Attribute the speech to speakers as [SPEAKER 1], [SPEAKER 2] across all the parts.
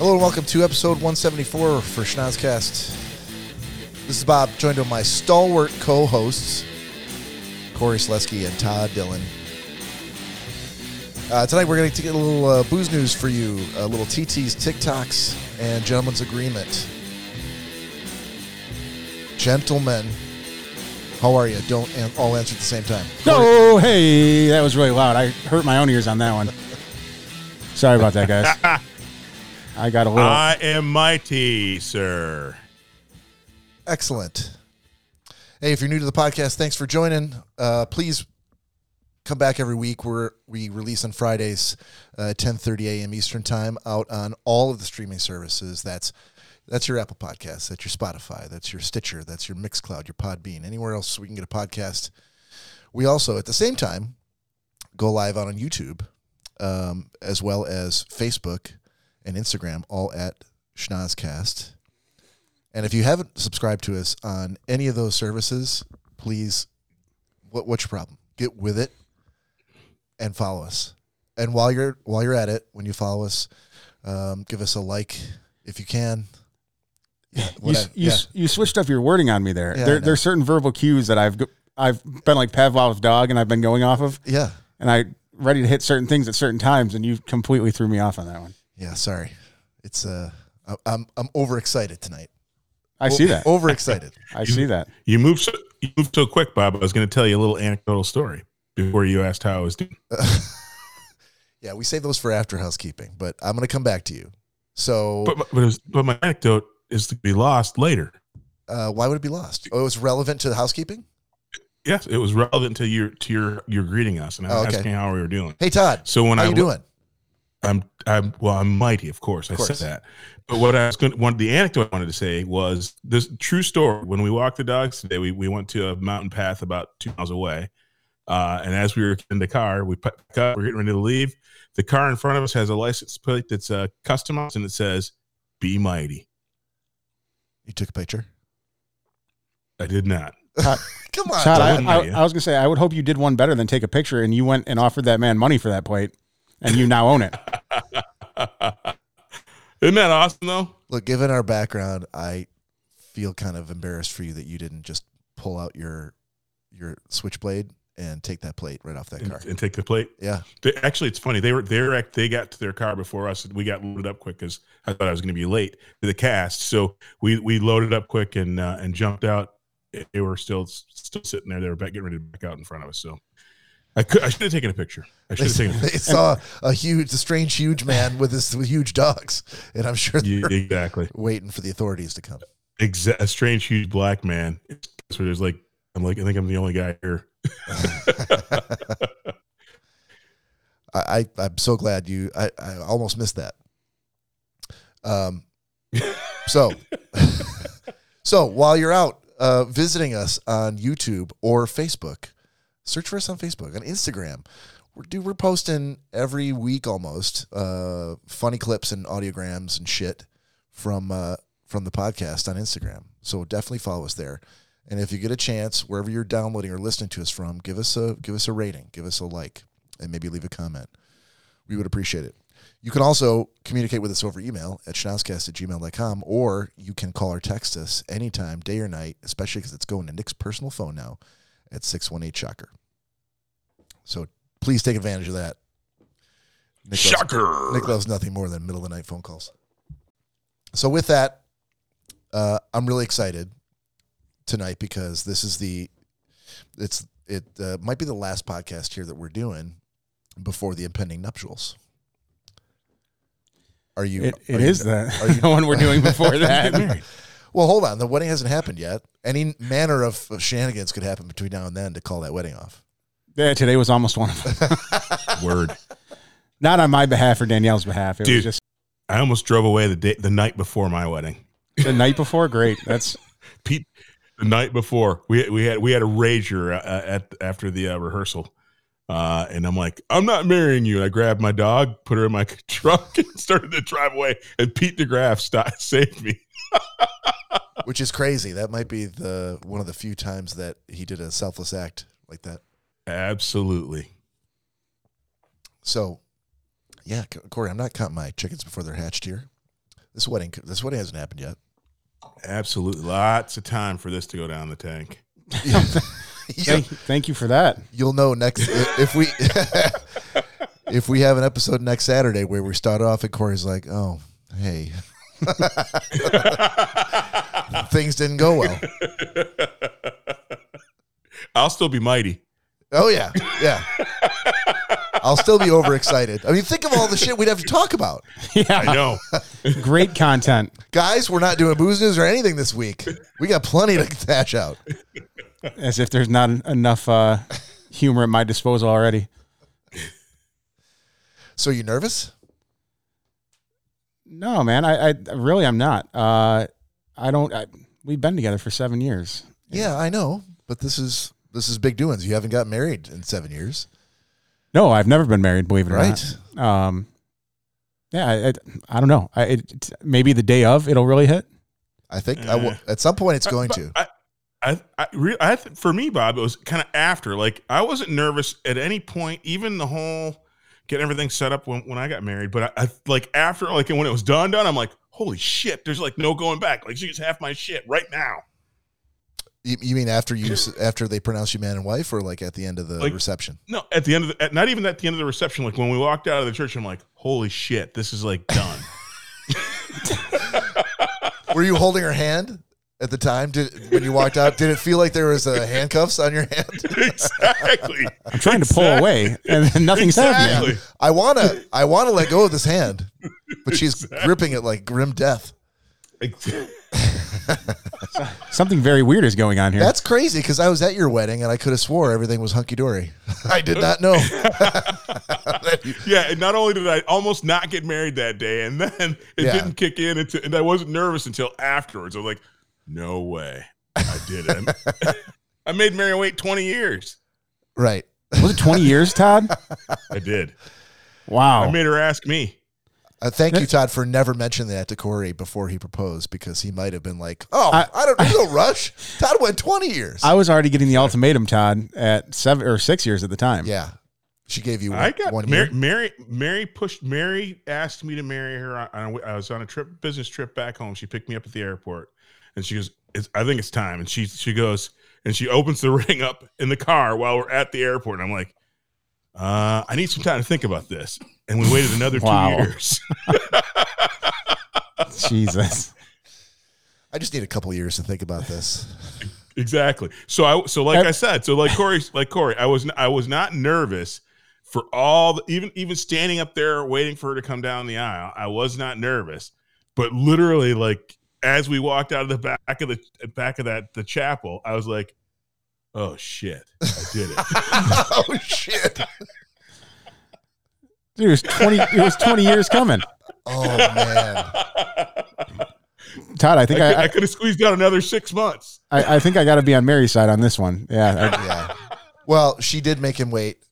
[SPEAKER 1] welcome to episode 174 for Schnozcast. This is Bob, joined by my stalwart co-hosts, Corey Slesky and Todd Dillon. Uh, tonight we're going to get a little uh, booze news for you, a little TT's, TikToks, and Gentleman's Agreement. Gentlemen, how are you? Don't an- all answer at the same time.
[SPEAKER 2] Oh, hey, that was really loud. I hurt my own ears on that one. Sorry about that, guys. I got a
[SPEAKER 1] Oh.
[SPEAKER 2] little.
[SPEAKER 1] Uh,
[SPEAKER 3] I am mighty, sir.
[SPEAKER 1] Excellent. Hey, if you're new to the podcast, thanks for joining. Uh, please come back every week. We're we release on Fridays, uh, 10:30 a.m. Eastern time, out on all of the streaming services. That's that's your Apple Podcast, that's your Spotify, that's your Stitcher, that's your Mixcloud, your Podbean, anywhere else we can get a podcast. We also, at the same time, go live out on YouTube, um, as well as Facebook and Instagram, all at Schnozcast. And if you haven't subscribed to us on any of those services, please, what, what's your problem? Get with it and follow us. And while you're while you're at it, when you follow us, um, give us a like if you can. Yeah,
[SPEAKER 2] you,
[SPEAKER 1] what I-
[SPEAKER 2] you,
[SPEAKER 1] yeah.
[SPEAKER 2] you switched up your wording on me there.
[SPEAKER 1] Yeah, I
[SPEAKER 2] there
[SPEAKER 1] know.
[SPEAKER 2] there's certain verbal cues that I've go- I've been like Pavlov's dog, and I've been going off of,
[SPEAKER 1] yeah,
[SPEAKER 2] and I ready to hit certain things at certain times, and you completely threw me off on that one.
[SPEAKER 1] yeah. Sorry, it's uh, I- I'm I'm overexcited tonight.
[SPEAKER 2] I see that.
[SPEAKER 1] Overexcited.
[SPEAKER 2] I see that.
[SPEAKER 3] You moved so you moved so quick, Bob. I was going to tell you a little anecdotal story before you asked how I was doing.
[SPEAKER 1] yeah, we save those for after housekeeping, but I'm gonna come back to you. So,
[SPEAKER 3] But my- but, it was, but my anecdote is to be lost later.
[SPEAKER 1] uh, why would it be lost? Oh, it was relevant to the housekeeping.
[SPEAKER 3] Yes, it was relevant to your to your your greeting us and I was
[SPEAKER 1] Oh, okay.
[SPEAKER 3] asking how we were doing.
[SPEAKER 1] Hey, Todd,
[SPEAKER 3] So when
[SPEAKER 1] how
[SPEAKER 3] I
[SPEAKER 1] you
[SPEAKER 3] lo-
[SPEAKER 1] doing?
[SPEAKER 3] I'm I'm well, I'm mighty, of course. I
[SPEAKER 1] course.
[SPEAKER 3] said that. But what I was going to, one the anecdote I wanted to say was this true story. When we walked the dogs today, we, we went to a mountain path about two miles away. Uh, and as we were in the car, we pick up, we're getting ready to leave. The car in front of us has a license plate that's uh, customized and it says, Be mighty.
[SPEAKER 1] You took a picture.
[SPEAKER 3] I did not.
[SPEAKER 1] Come on,
[SPEAKER 2] Todd,
[SPEAKER 1] Todd.
[SPEAKER 3] don't
[SPEAKER 2] I, I,
[SPEAKER 3] know you.
[SPEAKER 2] I was gonna say I would hope you did one better than take a picture, and you went and offered that man money for that plate, and you now own it.
[SPEAKER 3] Isn't that awesome, though?
[SPEAKER 1] Look, given our background, I feel kind of embarrassed for you that you didn't just pull out your your switchblade and take that plate right off that
[SPEAKER 3] And,
[SPEAKER 1] car.
[SPEAKER 3] and take the plate.
[SPEAKER 1] Yeah,
[SPEAKER 3] They, actually, it's funny. They were they were act- they got to their car before us. We got loaded up quick because I thought I was going to be late to the cast. So we we loaded up quick and uh, and jumped out. They were still still sitting there. They were back, getting ready to back out in front of us. So I could I should have taken a picture.
[SPEAKER 1] they,
[SPEAKER 3] I should have taken. A picture.
[SPEAKER 1] they saw a huge, a strange, huge man with his with huge dogs, and I'm sure they're
[SPEAKER 3] Yeah, exactly.
[SPEAKER 1] waiting for the authorities to come.
[SPEAKER 3] Exa- a strange, huge black man. So there's like I'm like I think I'm the only guy here.
[SPEAKER 1] I, I I'm so glad you. I, I almost missed that. Um, so so while you're out uh, visiting us on YouTube or Facebook, search for us on Facebook, on Instagram. We're dude, we're posting every week almost uh, funny clips and audiograms and shit from uh, from the podcast on Instagram. So definitely follow us there. And if you get a chance, wherever you're downloading or listening to us from, give us a give us a rating, give us a like, and maybe leave a comment. We would appreciate it. You can also communicate with us over email at schnauzcast at gmail.com, or you can call or text us anytime, day or night, especially because it's going to Nick's personal phone now at 618 Shocker. So please take advantage of that. Nick loves-
[SPEAKER 3] Shocker.
[SPEAKER 1] Nick loves nothing more than middle of the night phone calls. So with that, uh, I'm really excited tonight because this is the it's it uh, might be the last podcast here that we're doing before the impending nuptials. Are you?
[SPEAKER 2] It,
[SPEAKER 1] are
[SPEAKER 2] it
[SPEAKER 1] you-
[SPEAKER 2] is the,
[SPEAKER 1] are you-
[SPEAKER 2] the one we're doing before that.
[SPEAKER 1] Well, hold on. The wedding hasn't happened yet. Any manner of of shenanigans could happen between now and then to call that wedding off.
[SPEAKER 2] yeah, today was almost one of them.
[SPEAKER 3] Word.
[SPEAKER 2] Not on my behalf or Danielle's behalf. It
[SPEAKER 3] Dude.
[SPEAKER 2] was just
[SPEAKER 3] I almost drove away the day the night before my wedding.
[SPEAKER 2] the night before. Great. That's
[SPEAKER 3] Pete, the night before we we had we had a rager uh, at after the uh, rehearsal, uh, and I'm like, I'm not marrying you. And I grabbed my dog, put her in my truck, and started to drive away. And Pete DeGraff stopped, saved me.
[SPEAKER 1] which is crazy. That might be the one of the few times that he did a selfless act like that.
[SPEAKER 3] Absolutely.
[SPEAKER 1] So, yeah, C- Corey, I'm not counting my chickens before they're hatched here. This wedding, this wedding hasn't happened yet.
[SPEAKER 3] Absolutely. Lots of time for this to go down the tank.
[SPEAKER 1] You'll,
[SPEAKER 2] Thank, thank you for that.
[SPEAKER 1] you'll know next if we if we have an episode next Saturday where we start off and Corey's like, oh, hey, things didn't go well.
[SPEAKER 3] I'll still be mighty.
[SPEAKER 1] Oh yeah, yeah. I'll still be overexcited. I mean, think of all the shit we'd have to talk about.
[SPEAKER 3] I
[SPEAKER 2] Yeah,
[SPEAKER 3] know.
[SPEAKER 2] great content.
[SPEAKER 1] Guys, we're not doing booze news or anything this week. We got plenty to thatch out.
[SPEAKER 2] As if there's not en- enough uh, humor at my disposal already.
[SPEAKER 1] So you nervous?
[SPEAKER 2] No, man, I, I really I'm not. Uh, I don't. I, we've been together for seven years.
[SPEAKER 1] Yeah, I know. But this is this is big doings. You haven't got married in seven years.
[SPEAKER 2] No, I've never been married. Believe it or
[SPEAKER 1] Right.
[SPEAKER 2] not. Um, yeah, I, I, I don't know. I, it, it's- maybe the day of it'll really hit.
[SPEAKER 1] I think I will, at some point it's going
[SPEAKER 3] But
[SPEAKER 1] to.
[SPEAKER 3] I, I, I, re- I th- for me, Bob, it was kind of after. Like I wasn't nervous at any point, even the whole getting everything set up when, when I got married. But I, I like after, like when it was done, done, I'm like, holy shit! There's like no going back. Like she's half my shit right now.
[SPEAKER 1] You, you mean after you s- after they pronounce you man and wife, or like at the end of the
[SPEAKER 3] Like-
[SPEAKER 1] reception?
[SPEAKER 3] No, at the end of the, at, not even at the end of the reception. Like when we walked out of the church, I'm like, holy shit, this is like done.
[SPEAKER 1] Were you holding her hand at the time? Did when you walked out? Did it feel like there was uh, handcuffs on your hand?
[SPEAKER 3] exactly.
[SPEAKER 2] I'm trying to pull away, and then nothing's happening.
[SPEAKER 3] Exactly.
[SPEAKER 1] I wanna I wanna let go of this hand, but she's gripping it like grim death.
[SPEAKER 3] Ex-
[SPEAKER 2] Something very weird is going on here.
[SPEAKER 1] That's crazy because I was at your wedding and I could have swore everything was hunky dory. I did not know.
[SPEAKER 3] Yeah, and not only did I almost not get married that day, and then it
[SPEAKER 1] Yeah.
[SPEAKER 3] didn't kick in, until, and I wasn't nervous until afterwards. I was like, no way, I didn't. I made Mary wait 20 years.
[SPEAKER 1] right.
[SPEAKER 2] Was it 20 years, Todd?
[SPEAKER 3] I did. I
[SPEAKER 2] Wow.
[SPEAKER 3] made her ask me.
[SPEAKER 1] Uh, thank you, Todd, for never mentioning that to Corey before he proposed because he might have been like, "Oh, I,
[SPEAKER 2] I-
[SPEAKER 1] don't there's no rush." Todd went twenty years.
[SPEAKER 2] I was already getting the ultimatum, Todd, at seven or six years at the time.
[SPEAKER 1] yeah, she gave you one,
[SPEAKER 3] I got
[SPEAKER 1] one
[SPEAKER 3] Mary,
[SPEAKER 1] year.
[SPEAKER 3] Mary. Mary pushed. Mary asked me to marry her. On, on- I was on a trip, business trip back home. She picked me up at the airport, and she goes, it's, "I think it's time." And she she goes and she opens the ring up in the car while we're at the airport. And I'm like, uh, "I need some time to think about this." And we waited another
[SPEAKER 2] Wow.
[SPEAKER 3] two years.
[SPEAKER 2] Jesus.
[SPEAKER 1] I just need a couple years to think about this.
[SPEAKER 3] Exactly. So I so like I said, so like Corey, like Corey, I was n- I was not nervous for all the, even even standing up there waiting for her to come down the aisle. I was not nervous, but literally like as we walked out of the back of the back of that the chapel, I was like, oh shit, I did it.
[SPEAKER 1] oh shit!
[SPEAKER 2] Dude, it was 20 it was 20 years coming.
[SPEAKER 1] Oh man!
[SPEAKER 2] Todd, I think
[SPEAKER 3] I,
[SPEAKER 2] I, I,
[SPEAKER 3] could have squeezed out another six months.
[SPEAKER 2] I, think I got to be on Mary's side on this one. Yeah.
[SPEAKER 1] Yeah. Well, she did make him wait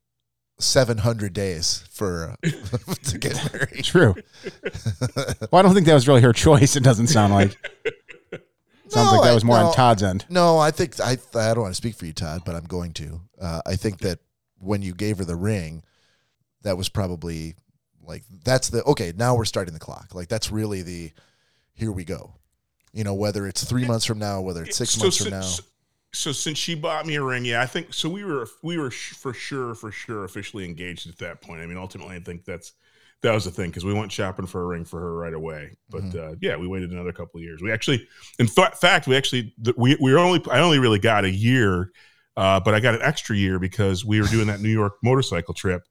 [SPEAKER 1] seven hundred days for to get
[SPEAKER 2] I,
[SPEAKER 1] married.
[SPEAKER 2] true. Well, I don't think that was really her choice. It doesn't sound like. Sounds
[SPEAKER 1] No,
[SPEAKER 2] like
[SPEAKER 1] I-
[SPEAKER 2] that was more
[SPEAKER 1] no.
[SPEAKER 2] on Todd's end.
[SPEAKER 1] No, I think I I don't want to speak for you, Todd, but I'm going to. Uh, I think that when you gave her the ring, that was probably like that's the okay. Now we're starting the clock. Like that's really the here we go. You know, whether it's three months from now, whether it's six months from
[SPEAKER 3] since,
[SPEAKER 1] now.
[SPEAKER 3] So since she bought me a ring, yeah, I think so. We were we were sh- for sure for sure officially engaged at that point. I mean, ultimately, I think that's that was the thing because we went shopping for a ring for her right away. But uh, yeah, we waited another couple of years. We actually, in fa- fact, we actually th- we we were only I only really got a year, uh, but I got an extra year because we were doing that New York motorcycle trip.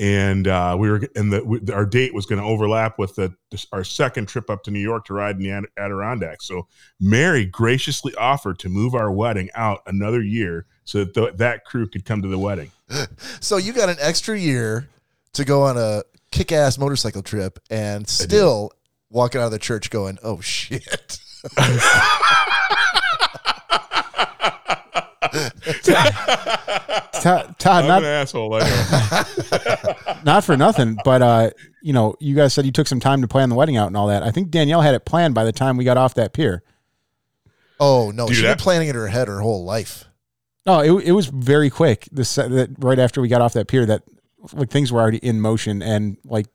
[SPEAKER 3] And uh, we were, and the, we, our date was going to overlap with the, our second trip up to New York to ride in the Ad- Adirondacks. So Mary graciously offered to move our wedding out another year so that th- that crew could come to the wedding.
[SPEAKER 1] So you got an extra year to go on a kick-ass motorcycle trip, and still walking out of the church going, "Oh shit."
[SPEAKER 2] Todd, Todd
[SPEAKER 3] I'm
[SPEAKER 2] not
[SPEAKER 3] an asshole. I know.
[SPEAKER 2] not for nothing, but uh, you know, you guys said you took some time to plan the wedding out and all that. I think Danielle had it planned by the time we got off that pier.
[SPEAKER 1] Oh no,
[SPEAKER 3] Dude,
[SPEAKER 1] she's been
[SPEAKER 3] that-
[SPEAKER 1] planning it in her head her whole life.
[SPEAKER 2] No, it, it was very quick. This that right after we got off that pier, that like things were already in motion and like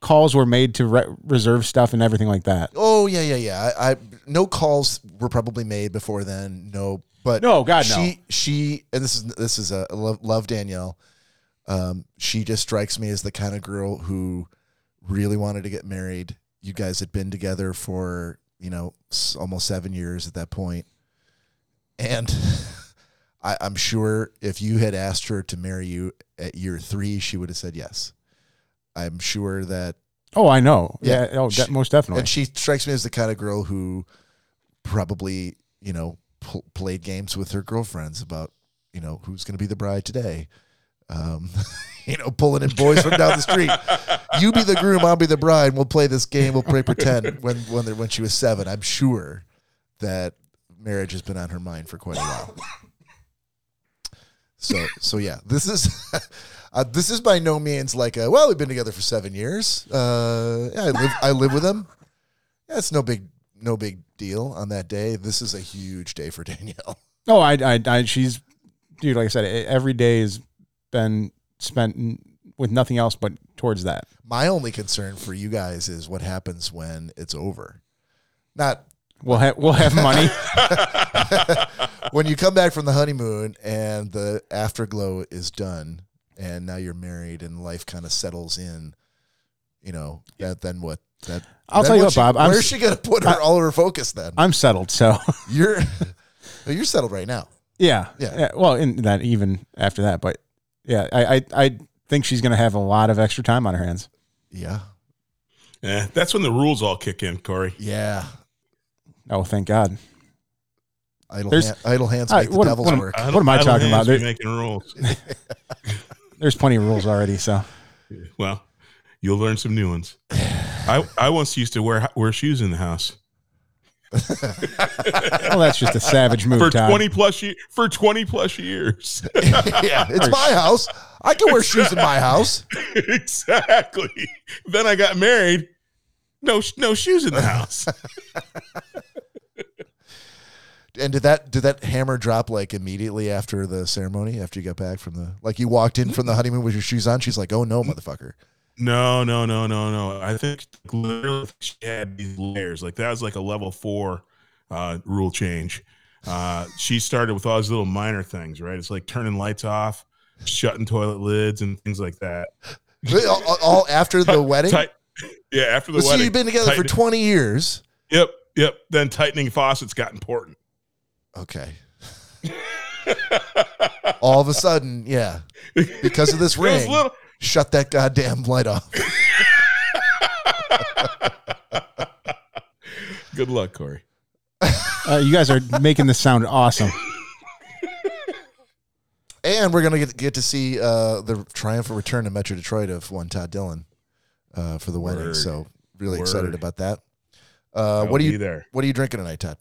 [SPEAKER 2] calls were made to re- reserve stuff and everything like that.
[SPEAKER 1] Oh yeah, yeah, yeah. I, I no calls were probably made before then. No, but
[SPEAKER 2] No, God, no.
[SPEAKER 1] she she and this is this is a I love, love Danielle. Um, she just strikes me as the kind of girl who really wanted to get married. You guys had been together for you know s- almost seven years at that point, and I, I'm sure if you had asked her to marry you at year three, she would have said yes. I'm sure that
[SPEAKER 2] Oh, I know.
[SPEAKER 1] Yeah.
[SPEAKER 2] Yeah. oh, de-
[SPEAKER 1] She-
[SPEAKER 2] most definitely.
[SPEAKER 1] and she strikes me as the kind of girl who probably, you know, pl- played games with her girlfriends about, you know, who's going to be the bride today. Um, you know, pulling in boys from down the street. You be the groom, I'll be the bride. We'll play this game. We'll play pretend when when there, when she was seven. I'm sure that marriage has been on her mind for quite a while. So so yeah, this is uh, this is by no means like a well, we've been together for seven years. Uh, yeah, I live I live with him. Yeah, it's no big no big deal on that day. This is a huge day for Danielle.
[SPEAKER 2] oh, I, I, I, she's, dude, like I said, e- every day has been spent n- with nothing else but towards that.
[SPEAKER 1] My only concern for you guys is what happens when it's over. Not
[SPEAKER 2] We'll have, we'll have money.
[SPEAKER 1] when you come back from the honeymoon and the afterglow is done and now you're married and life kind of settles in, you know, that then what? That
[SPEAKER 2] I'll
[SPEAKER 1] then
[SPEAKER 2] tell you what,
[SPEAKER 1] she-
[SPEAKER 2] Bob, I'm
[SPEAKER 1] Where's
[SPEAKER 2] s-
[SPEAKER 1] she gonna put her all her focus then?
[SPEAKER 2] I'm settled. So
[SPEAKER 1] you're well, you're settled right now.
[SPEAKER 2] yeah.
[SPEAKER 1] Yeah.
[SPEAKER 2] Well, in that even after that, but yeah, I, I, I think she's going to have a lot of extra time on her hands.
[SPEAKER 1] Yeah.
[SPEAKER 3] Yeah, that's when the rules all kick in, Corey.
[SPEAKER 1] Yeah.
[SPEAKER 2] Oh, thank God.
[SPEAKER 1] Idle,
[SPEAKER 2] There's-
[SPEAKER 1] hand- idle hands
[SPEAKER 2] I-
[SPEAKER 1] make the
[SPEAKER 2] what-
[SPEAKER 1] devil's
[SPEAKER 2] what am-
[SPEAKER 1] work.
[SPEAKER 3] don't-
[SPEAKER 2] What am I
[SPEAKER 3] don't
[SPEAKER 2] talking
[SPEAKER 3] think
[SPEAKER 2] about?
[SPEAKER 3] they're
[SPEAKER 2] There-
[SPEAKER 3] Making rules.
[SPEAKER 2] There's plenty of rules already. So
[SPEAKER 3] Well, you'll learn some new ones. I, I once used to wear wear shoes in the house
[SPEAKER 2] well, that's just a savage move,
[SPEAKER 3] for
[SPEAKER 2] Todd.
[SPEAKER 3] twenty plus year, for twenty plus years.
[SPEAKER 1] yeah, it's my house. I can wear shoes in my house.
[SPEAKER 3] exactly. Then I got married. No sh- no shoes in the house.
[SPEAKER 1] And did that did that hammer drop like immediately after the ceremony? After you got back from the like you walked in from the honeymoon with your shoes on? She's like, "Oh no, motherfucker!"
[SPEAKER 3] No no no no no. I think literally she had these layers. Like that was like a level four uh, rule change. Uh, she started with all these little minor things, right? It's like turning lights off, shutting toilet lids, and things like that.
[SPEAKER 1] all, all- all after the wedding.
[SPEAKER 3] Tight- yeah, after the
[SPEAKER 1] But so
[SPEAKER 3] wedding.
[SPEAKER 1] you've been together for
[SPEAKER 3] tighten-
[SPEAKER 1] twenty years.
[SPEAKER 3] Yep, yep. Then tightening faucets got important.
[SPEAKER 1] Okay. all of a sudden, yeah, because of this
[SPEAKER 3] It was
[SPEAKER 1] ring,
[SPEAKER 3] little.
[SPEAKER 1] shut that goddamn light off.
[SPEAKER 3] Good luck, Corey.
[SPEAKER 2] Uh, you guys are making this sound awesome.
[SPEAKER 1] And we're gonna get get to see uh, the triumphant return to Metro Detroit of one Todd Dillon uh, for the wedding.
[SPEAKER 3] Word.
[SPEAKER 1] So really
[SPEAKER 3] Word.
[SPEAKER 1] excited about that. Uh,
[SPEAKER 3] I'll
[SPEAKER 1] what are
[SPEAKER 3] be
[SPEAKER 1] you
[SPEAKER 3] there?
[SPEAKER 1] What are you drinking tonight, Todd?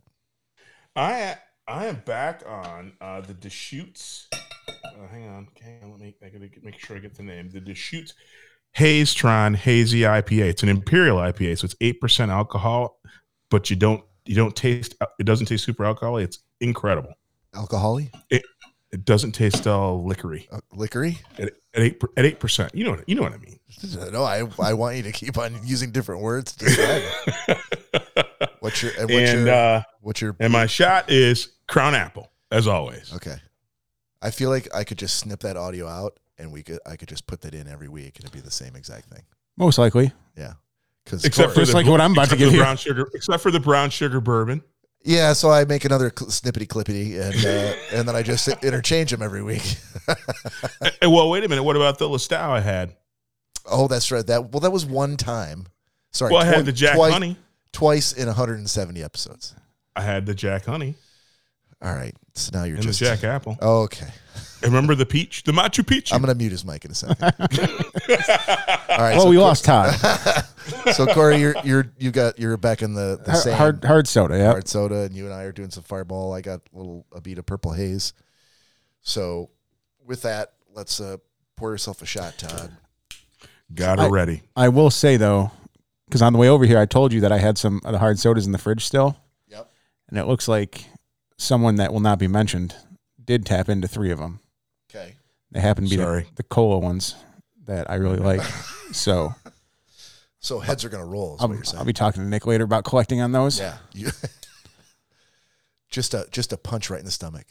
[SPEAKER 3] I I am back on uh, the Deschutes. Uh, hang on, hang on. Let me. I gotta get, make sure I get the name. The Deschutes Hazetron Hazy IPA. It's an imperial IPA, so it's eight percent alcohol, but you don't you don't taste. uh, It doesn't taste super alcoholic. It's incredible.
[SPEAKER 1] Alcoholic,
[SPEAKER 3] It doesn't taste all liquory
[SPEAKER 1] uh, liquory.
[SPEAKER 3] at at eight per- at eight percent. You know what you know what I mean.
[SPEAKER 1] No, I I want you to keep on using different words. to describe it. What's your and what's
[SPEAKER 3] and
[SPEAKER 1] your
[SPEAKER 3] uh,
[SPEAKER 1] what's your
[SPEAKER 3] and my shot is Crown Apple, as always.
[SPEAKER 1] okay? I feel like I could just snip that audio out, and we could I could just put that in every week, and it'd be the same exact thing.
[SPEAKER 2] Most likely.
[SPEAKER 1] Yeah, because
[SPEAKER 3] Except for
[SPEAKER 2] Just
[SPEAKER 3] the-
[SPEAKER 2] like what I'm about to
[SPEAKER 3] Except for
[SPEAKER 2] give
[SPEAKER 3] the
[SPEAKER 2] you.
[SPEAKER 3] brown sugar, except for the brown sugar bourbon.
[SPEAKER 1] Yeah, so I make another cl- snippety clippity, and uh, and then I just interchange them every week.
[SPEAKER 3] Eh, eh, well, wait a minute. What about the Listau I had?
[SPEAKER 1] oh, that's right. That well, that was one time. Sorry,
[SPEAKER 3] Well, I
[SPEAKER 1] twi-
[SPEAKER 3] had the Jack
[SPEAKER 1] twice,
[SPEAKER 3] Honey.
[SPEAKER 1] twice in 170 episodes.
[SPEAKER 3] I had the Jack Honey
[SPEAKER 1] All right, so now you're
[SPEAKER 3] and
[SPEAKER 1] just
[SPEAKER 3] the Jack Apple.
[SPEAKER 1] Okay,
[SPEAKER 3] Remember the peach, the Machu Picchu.
[SPEAKER 1] I'm gonna mute his mic in a second. All right.
[SPEAKER 2] Well,
[SPEAKER 1] so,
[SPEAKER 2] we lost Todd.
[SPEAKER 1] so Corey, you're you're you got you're back in the the
[SPEAKER 2] Har-
[SPEAKER 1] same
[SPEAKER 2] Hard, hard soda. Yeah.
[SPEAKER 1] hard soda, and you and I are doing some fireball. I got a little a beat of purple haze. So, with that, let's uh, pour yourself a shot, Todd.
[SPEAKER 3] Got her ready.
[SPEAKER 2] I will say though, because on the way over here, I told you that I had some of the hard sodas in the fridge still,
[SPEAKER 1] Yep.
[SPEAKER 2] and it looks like someone that will not be mentioned did tap into three of them.
[SPEAKER 1] Okay.
[SPEAKER 2] They happen to be the,
[SPEAKER 3] Sorry.
[SPEAKER 2] the cola ones that I really like. so
[SPEAKER 1] So heads are going to roll. Is what
[SPEAKER 2] I'll,
[SPEAKER 1] you're saying?
[SPEAKER 2] I'll be talking to Nick later about collecting on those.
[SPEAKER 1] yeah. You- just a just a punch right in the stomach.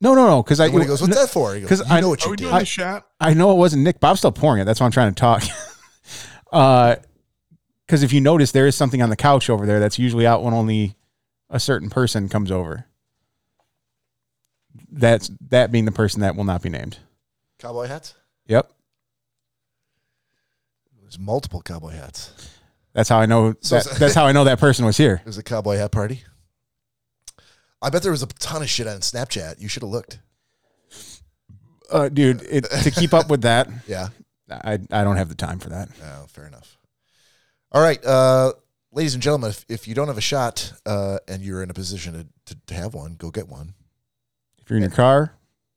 [SPEAKER 2] No, no, no. Because I
[SPEAKER 1] And when he goes, "What's that for?" He goes,
[SPEAKER 2] 'cause
[SPEAKER 1] "You
[SPEAKER 2] I-
[SPEAKER 1] know what
[SPEAKER 3] Are
[SPEAKER 1] you
[SPEAKER 3] we
[SPEAKER 1] did."
[SPEAKER 3] doing the shot?
[SPEAKER 2] I know it wasn't Nick, but I'm still pouring it. That's why I'm trying to talk. Because if you notice, there is something on the couch over there that's usually out when only a certain person comes over. That's that being the person that will not be named.
[SPEAKER 1] cowboy hats.
[SPEAKER 2] Yep,
[SPEAKER 1] There's multiple cowboy hats.
[SPEAKER 2] that's how I know.
[SPEAKER 1] So-
[SPEAKER 2] that, that's how I know that person was here.
[SPEAKER 1] It was a cowboy hat party. I bet there was a ton of shit on Snapchat. You should have looked.
[SPEAKER 2] Uh, dude, it, to keep up with that,
[SPEAKER 1] Yeah.
[SPEAKER 2] I I don't have the time for that.
[SPEAKER 1] Oh, fair enough. All right, uh, ladies and gentlemen, if, if you don't have a shot uh, and you're in a position to, to, to have one, go get one.
[SPEAKER 2] If you're in your car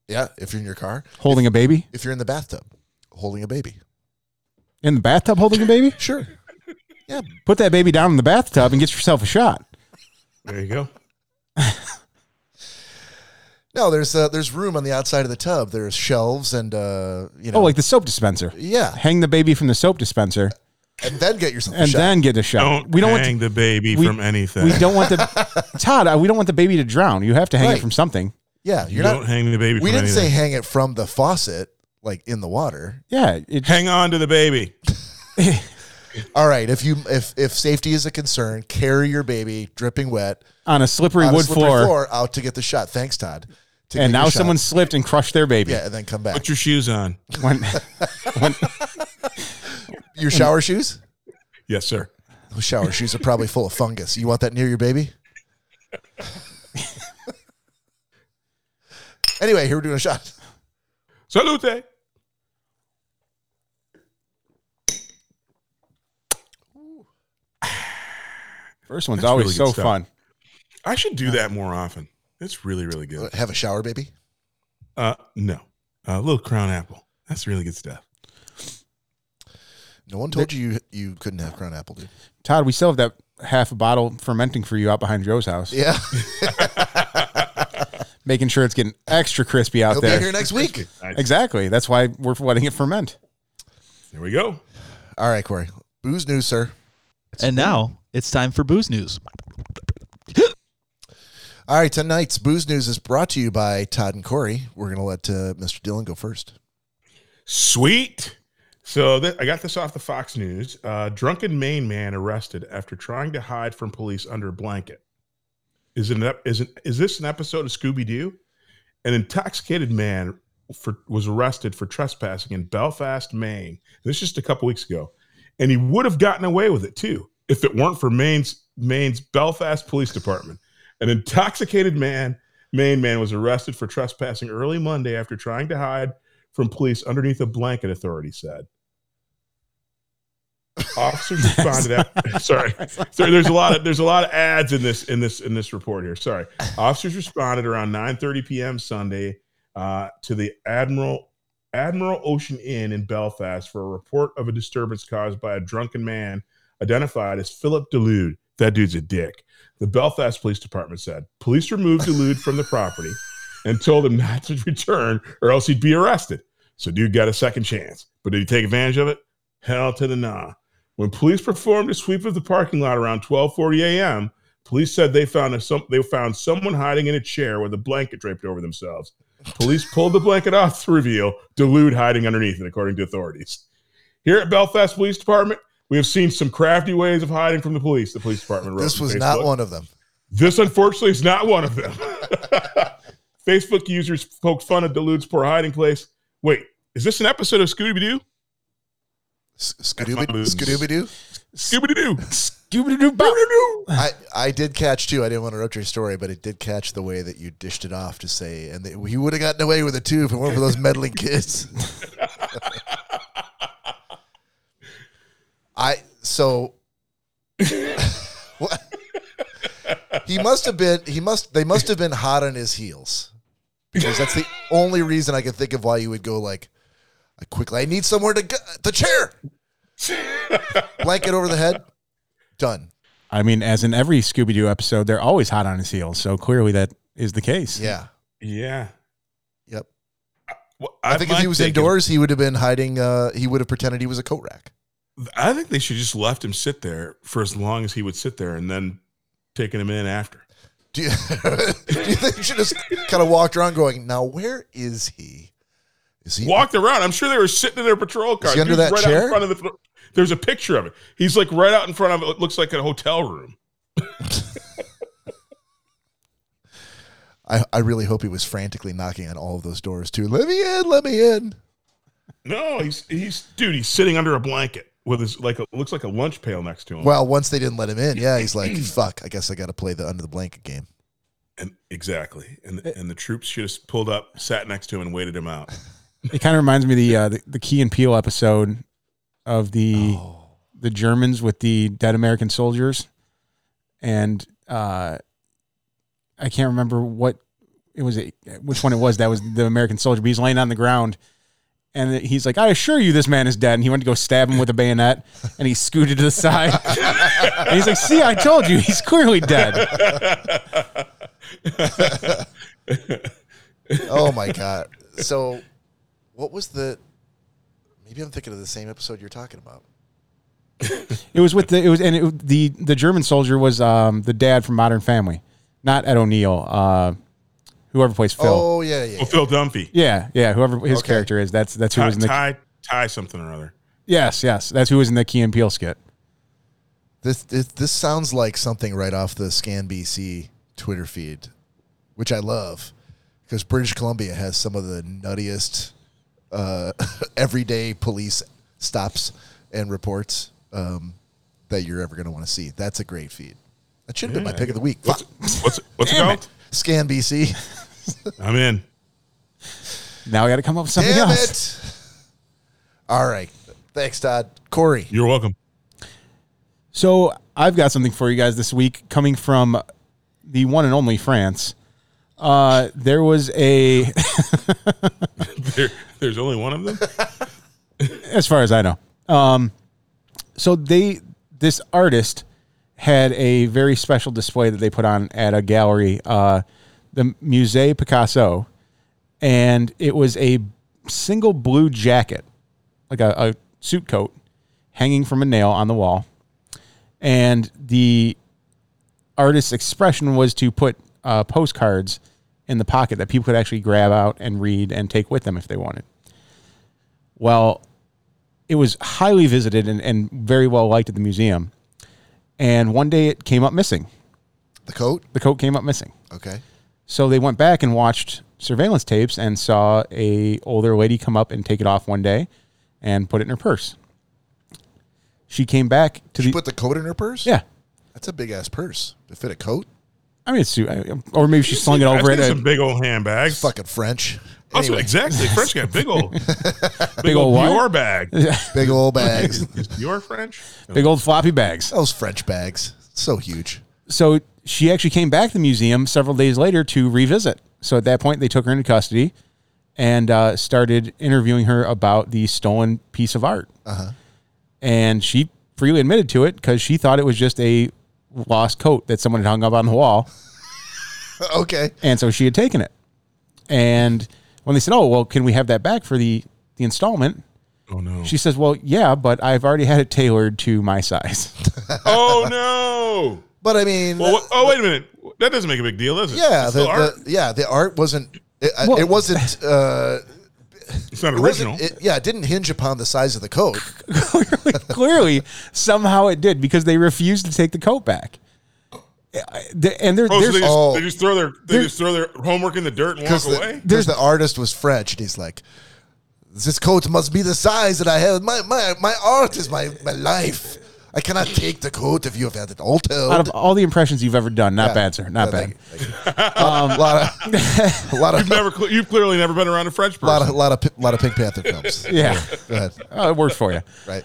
[SPEAKER 1] Yeah, if you're in your car,
[SPEAKER 2] holding a baby
[SPEAKER 1] if you're in the bathtub holding a baby,
[SPEAKER 2] in the bathtub, holding a baby,
[SPEAKER 1] sure. Yeah,
[SPEAKER 2] put that baby down in the bathtub and get yourself a shot.
[SPEAKER 3] There you go.
[SPEAKER 1] no, there's uh, there's room on the outside of the tub. There's shelves and uh, you know,
[SPEAKER 2] Oh, like the soap dispenser.
[SPEAKER 1] yeah,
[SPEAKER 2] Hang the baby from the soap dispenser.
[SPEAKER 1] and then get yourself a
[SPEAKER 2] and
[SPEAKER 1] shot.
[SPEAKER 2] then get a shot.
[SPEAKER 3] Don't
[SPEAKER 2] we don't
[SPEAKER 3] hang
[SPEAKER 2] want
[SPEAKER 3] the baby
[SPEAKER 2] we-
[SPEAKER 3] from anything.
[SPEAKER 2] to, we don't want the Todd. uh, We don't want the baby to drown. You have to hang
[SPEAKER 1] Right.
[SPEAKER 2] it from something.
[SPEAKER 1] yeah,
[SPEAKER 3] You
[SPEAKER 1] you're
[SPEAKER 3] don't
[SPEAKER 1] not.
[SPEAKER 3] hang the baby
[SPEAKER 1] We
[SPEAKER 3] from
[SPEAKER 1] didn't
[SPEAKER 3] anything.
[SPEAKER 1] say hang it from the faucet like in the water.
[SPEAKER 2] Yeah, it,
[SPEAKER 3] hang on to the baby.
[SPEAKER 1] All right, if you if if safety is a concern, carry your baby dripping wet
[SPEAKER 2] on a slippery
[SPEAKER 1] on a
[SPEAKER 2] wood
[SPEAKER 1] slippery
[SPEAKER 2] floor,
[SPEAKER 1] out to get the shot. Thanks, Todd. To
[SPEAKER 2] and
[SPEAKER 1] get your
[SPEAKER 2] now
[SPEAKER 1] shot.
[SPEAKER 2] someone slipped and crushed their baby.
[SPEAKER 1] yeah, and then come back.
[SPEAKER 3] Put your shoes on.
[SPEAKER 2] When- when-
[SPEAKER 1] Your shower shoes?
[SPEAKER 3] Yes, sir.
[SPEAKER 1] Those shower shoes are probably full of fungus. You want that near your baby? anyway, here we're doing a shot.
[SPEAKER 3] Salute.
[SPEAKER 2] first one's
[SPEAKER 3] That's
[SPEAKER 2] always
[SPEAKER 3] really good
[SPEAKER 2] so
[SPEAKER 3] stuff.
[SPEAKER 2] fun.
[SPEAKER 3] I should do that more often. It's really, really good.
[SPEAKER 1] Have a shower, baby.
[SPEAKER 3] Uh, no, a little crown apple. That's really good stuff.
[SPEAKER 1] No one told you you couldn't have crown apple, dude.
[SPEAKER 2] Todd, we still have that half a bottle fermenting for you out behind Joe's house,
[SPEAKER 1] Yeah,
[SPEAKER 2] making sure it's getting extra crispy out
[SPEAKER 1] he'll
[SPEAKER 2] there.
[SPEAKER 1] be here next week.
[SPEAKER 3] Nice.
[SPEAKER 2] Exactly. That's why we're letting it ferment.
[SPEAKER 3] There we go.
[SPEAKER 1] All right, Corey. Booze news, sir.
[SPEAKER 4] And now it's time for booze news.
[SPEAKER 1] All right, tonight's booze news is brought to you by Todd and Corey. We're gonna let uh, Mr. Dillon go first.
[SPEAKER 3] Sweet. So th- I got this off the Fox News. Uh, drunken Maine man arrested after trying to hide from police under a blanket. Is it an ep- is it, is this an episode of Scooby Doo? An intoxicated man for, was arrested for trespassing in Belfast, Maine. This is just a couple weeks ago, and he would have gotten away with it too if it weren't for Maine's Maine's Belfast Police Department. An intoxicated man, Maine man, was arrested for trespassing early Monday after trying to hide from police underneath a blanket, authority said. Officers responded after, sorry. Sorry, there's a lot of there's a lot of ads in this in this in this report here. Sorry. Officers responded around 9:30 p.m. Sunday uh, to the Admiral Admiral Ocean Inn in Belfast for a report of a disturbance caused by a drunken man identified as Philip Delude. That dude's a dick. The Belfast Police Department said police removed Delude from the property and told him not to return or else he'd be arrested. So dude got a second chance. But did he take advantage of it? Hell to the nah. When police performed a sweep of the parking lot around 12:40 a.m., police said they found a, some, they found someone hiding in a chair with a blanket draped over themselves. Police pulled the blanket off to reveal Delude hiding underneath it, according to authorities. Here at Belfast Police Department, we have seen some crafty ways of hiding from the police. The police department wrote
[SPEAKER 1] This
[SPEAKER 3] on
[SPEAKER 1] was not
[SPEAKER 3] Facebook.
[SPEAKER 1] one of them.
[SPEAKER 3] This, unfortunately, is not one of them. Facebook users poked fun at Delude's poor hiding place. Wait, is this an episode of Scooby Doo?
[SPEAKER 1] Scooby
[SPEAKER 3] my booze.
[SPEAKER 1] Doo.
[SPEAKER 3] Scooby Doo.
[SPEAKER 2] Scooby doo bop.
[SPEAKER 1] I, I did catch too. I didn't want to interrupt your story, but it did catch the way that you dished it off to say, and that he would have gotten away with it too if it weren't for those meddling kids. I so what? He must have been. He must. They must have been hot on his heels because that's the only reason I can think of why you would go like, I quickly. I need somewhere to go. The chair, blanket over the head, done.
[SPEAKER 2] I mean, as in every Scooby Doo episode, they're always hot on his heels. So clearly that is the case.
[SPEAKER 1] Yeah.
[SPEAKER 3] Yeah.
[SPEAKER 1] Yep.
[SPEAKER 3] Well,
[SPEAKER 1] I think if
[SPEAKER 3] my
[SPEAKER 1] he was
[SPEAKER 3] thing is-
[SPEAKER 1] indoors, he would have been hiding. Uh, he would have pretended he was a coat rack.
[SPEAKER 3] I think they should just left him sit there for as long as he would sit there, and then taking him in after.
[SPEAKER 1] Do you, do you think you should just kind of walked around going, now where is he? Is he
[SPEAKER 3] Walked around. I'm sure they were sitting in their patrol car.
[SPEAKER 1] he under that
[SPEAKER 3] Dude's right Out
[SPEAKER 1] chair?
[SPEAKER 3] in front of the, there's a picture of it. He's like right out in front of it. It looks like a hotel room.
[SPEAKER 1] I, I really hope he was frantically knocking on all of those doors too. Let me in, let me in.
[SPEAKER 3] No, he's he's dude. He's sitting under a blanket with his like a, looks like a lunch pail next to him.
[SPEAKER 1] Well, once they didn't let him in, yeah, he's like, fuck, I guess I got to play the under the blanket game.
[SPEAKER 3] And exactly. And and the troops should have pulled up, sat next to him, and waited him out.
[SPEAKER 2] It kind of reminds me of the, uh, the the Key and Peele episode of the
[SPEAKER 1] Oh.
[SPEAKER 2] the Germans with the dead American soldiers, and uh, I can't remember what it was. Which one it was that was the American soldier. But he's laying on the ground, and he's like, "I assure you, this man is dead." And he went to go stab him with a bayonet, and he scooted to the side. and he's like, "See, I told you, he's clearly dead."
[SPEAKER 1] Oh my god. So, what was the? Maybe I'm thinking of the same episode you're talking about.
[SPEAKER 2] It was with the it was and it, the the German soldier was um the dad from Modern Family, not Ed O'Neill. Uh, whoever plays Phil.
[SPEAKER 1] Oh yeah, yeah.
[SPEAKER 3] Well, Phil Dunphy,
[SPEAKER 2] Yeah, yeah. Whoever his
[SPEAKER 1] Okay.
[SPEAKER 2] character is, that's that's who
[SPEAKER 3] tie,
[SPEAKER 2] was in the
[SPEAKER 3] tie tie something or other.
[SPEAKER 2] yes, yes. That's who was in the Key and Peele skit.
[SPEAKER 1] This, this this sounds like something right off the Scan BC Twitter feed, which I love because British Columbia has some of the nuttiest uh, everyday police stops and reports um, that you're ever going to want to see. That's a great feed. That should have been my pick of the week.
[SPEAKER 3] What's
[SPEAKER 1] Fuck.
[SPEAKER 3] what's what's it called?
[SPEAKER 1] Scan BC.
[SPEAKER 3] I'm in.
[SPEAKER 2] Now I got to come up with something
[SPEAKER 1] Damn
[SPEAKER 2] else.
[SPEAKER 1] it! All right, thanks, Todd. Corey,
[SPEAKER 3] You're welcome.
[SPEAKER 2] So I've got something for you guys this week, coming from the one and only France. Uh, there was a,
[SPEAKER 3] There, there's only one of them.
[SPEAKER 2] as far as I know, um, so they this artist had a very special display that they put on at a gallery, uh, the Musée Picasso, and it was a single blue jacket, like a, a suit coat, hanging from a nail on the wall. And the artist's expression was to put uh, postcards in the pocket that people could actually grab out and read and take with them if they wanted. Well, it was highly visited and, and very well liked at the museum. And one day it came up missing.
[SPEAKER 1] the coat.
[SPEAKER 2] The coat came up missing.
[SPEAKER 1] Okay.
[SPEAKER 2] So they went back and watched surveillance tapes and saw a older lady come up and take it off one day and put it in her purse. She came back to
[SPEAKER 1] She
[SPEAKER 2] the
[SPEAKER 1] put the coat in her purse.
[SPEAKER 2] yeah.
[SPEAKER 1] that's a big ass purse to fit a coat.
[SPEAKER 2] I mean, it's su- I- or maybe she slung it
[SPEAKER 3] I've
[SPEAKER 2] over
[SPEAKER 3] seen
[SPEAKER 2] it. uh,
[SPEAKER 3] some big old handbags.
[SPEAKER 1] Fucking French.
[SPEAKER 3] Also,
[SPEAKER 1] Anyway,
[SPEAKER 3] exactly. French guy, big old, big
[SPEAKER 2] old
[SPEAKER 3] old
[SPEAKER 2] what?
[SPEAKER 3] Dior bag.
[SPEAKER 1] big old bags.
[SPEAKER 3] Is Dior French?
[SPEAKER 2] big old floppy bags.
[SPEAKER 1] Those French bags, so huge.
[SPEAKER 2] so she actually came back to the museum several days later to revisit. So at that point, they took her into custody and uh, started interviewing her about the stolen piece of art. And she freely admitted to it because she thought it was just a lost coat that someone had hung up on the wall.
[SPEAKER 1] Okay.
[SPEAKER 2] And so she had taken it. And when they said, Oh, well, can we have that back for the, the installment?
[SPEAKER 3] Oh no!
[SPEAKER 2] She says, Well, yeah, but I've already had it tailored to my size.
[SPEAKER 3] oh no!
[SPEAKER 1] But I mean,
[SPEAKER 3] Well, what- oh wait a minute. That doesn't make a big deal, does it?
[SPEAKER 1] yeah,
[SPEAKER 3] It's
[SPEAKER 1] the,
[SPEAKER 3] still art.
[SPEAKER 1] the, yeah, the art wasn't. It, uh,
[SPEAKER 2] Well-
[SPEAKER 1] it wasn't. Uh,
[SPEAKER 3] it's not
[SPEAKER 1] it
[SPEAKER 3] original.
[SPEAKER 1] wasn't. It, yeah, it didn't hinge upon the size of the coat.
[SPEAKER 2] clearly somehow it did because they refused to take the coat back I- the- and there,
[SPEAKER 3] oh, so
[SPEAKER 2] there's
[SPEAKER 3] they just,
[SPEAKER 1] oh.
[SPEAKER 3] they just throw their they just throw their homework in the dirt and walk
[SPEAKER 1] Because
[SPEAKER 3] away.
[SPEAKER 1] the, 'cause the artist was French, and he's like, "This coat must be the size that I have. My my my art is my my life. I cannot take the coat if you have had it altered."
[SPEAKER 2] out of all the impressions you've ever done not
[SPEAKER 1] Yeah.
[SPEAKER 2] bad sir not
[SPEAKER 1] Yeah,
[SPEAKER 2] bad
[SPEAKER 1] thank you, thank you. a lot of, a lot of,
[SPEAKER 3] You've never, cle- you've clearly never been around a French
[SPEAKER 1] lot
[SPEAKER 3] person.
[SPEAKER 1] of, lot of, Pi- lot of Pink Panther films.
[SPEAKER 2] yeah
[SPEAKER 1] Go ahead.
[SPEAKER 2] oh, it worked for you
[SPEAKER 1] Right.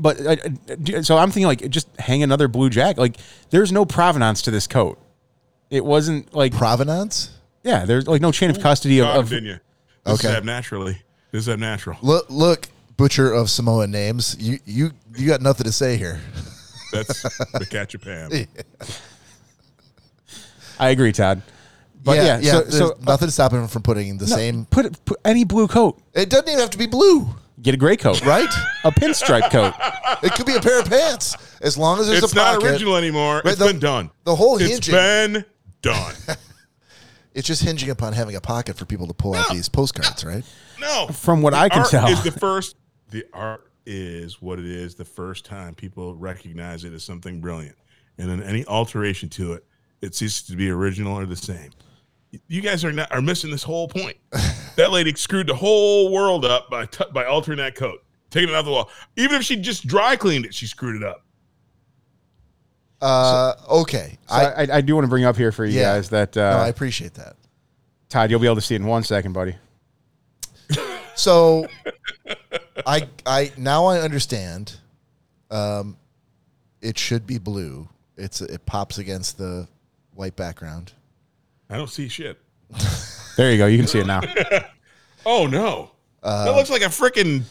[SPEAKER 2] but I, I- do- so i'm thinking like just hang another blue jacket like there's no provenance to this coat it wasn't like
[SPEAKER 1] Provenance.
[SPEAKER 2] yeah there's like no chain of custody
[SPEAKER 3] God,
[SPEAKER 2] of, of
[SPEAKER 3] didn't you? This
[SPEAKER 1] Okay.
[SPEAKER 3] is abnaturally. This is abnatural.
[SPEAKER 1] Look, look, butcher of Samoan names. You, you, you got nothing to say here.
[SPEAKER 3] That's the catch of Pam.
[SPEAKER 2] i agree todd but yeah, so,
[SPEAKER 1] there's
[SPEAKER 2] so
[SPEAKER 1] nothing stopping him from putting the same.
[SPEAKER 2] put, put any blue coat
[SPEAKER 1] It doesn't even have to be blue.
[SPEAKER 2] Get a gray coat,
[SPEAKER 1] right?
[SPEAKER 2] a pinstripe coat.
[SPEAKER 1] It could be a pair of pants as long as there's
[SPEAKER 3] It's
[SPEAKER 1] a
[SPEAKER 3] not
[SPEAKER 1] pocket.
[SPEAKER 3] original anymore.
[SPEAKER 1] Right,
[SPEAKER 3] It's
[SPEAKER 1] the-
[SPEAKER 3] been done.
[SPEAKER 1] The whole
[SPEAKER 3] It's
[SPEAKER 1] hinging,
[SPEAKER 3] been done.
[SPEAKER 1] it's just hinging upon having a pocket for people to pull out these postcards, right?
[SPEAKER 3] No.
[SPEAKER 2] From what
[SPEAKER 3] The
[SPEAKER 2] I can
[SPEAKER 3] art
[SPEAKER 2] tell.
[SPEAKER 3] is the first. The art is what it is. The first time people recognize it as something brilliant, and then any alteration to it, it ceases to be original or the same. You guys are not are missing this whole point. that lady screwed the whole world up by t- by altering that coat, taking it out the wall. Even if she just dry cleaned it, she screwed it up.
[SPEAKER 1] Uh, okay,
[SPEAKER 2] So
[SPEAKER 1] I,
[SPEAKER 2] I, I, I do want to bring up here for you
[SPEAKER 1] Yeah.
[SPEAKER 2] guys that
[SPEAKER 1] no,
[SPEAKER 2] uh,
[SPEAKER 1] I appreciate that.
[SPEAKER 2] Todd, you'll be able to see it in one second, buddy.
[SPEAKER 1] So, I I now I understand. Um, it should be blue. It's it pops against the white background.
[SPEAKER 3] I don't see shit.
[SPEAKER 2] There you go. You can see it now.
[SPEAKER 3] Oh no,
[SPEAKER 1] Uh,
[SPEAKER 3] that looks like a freaking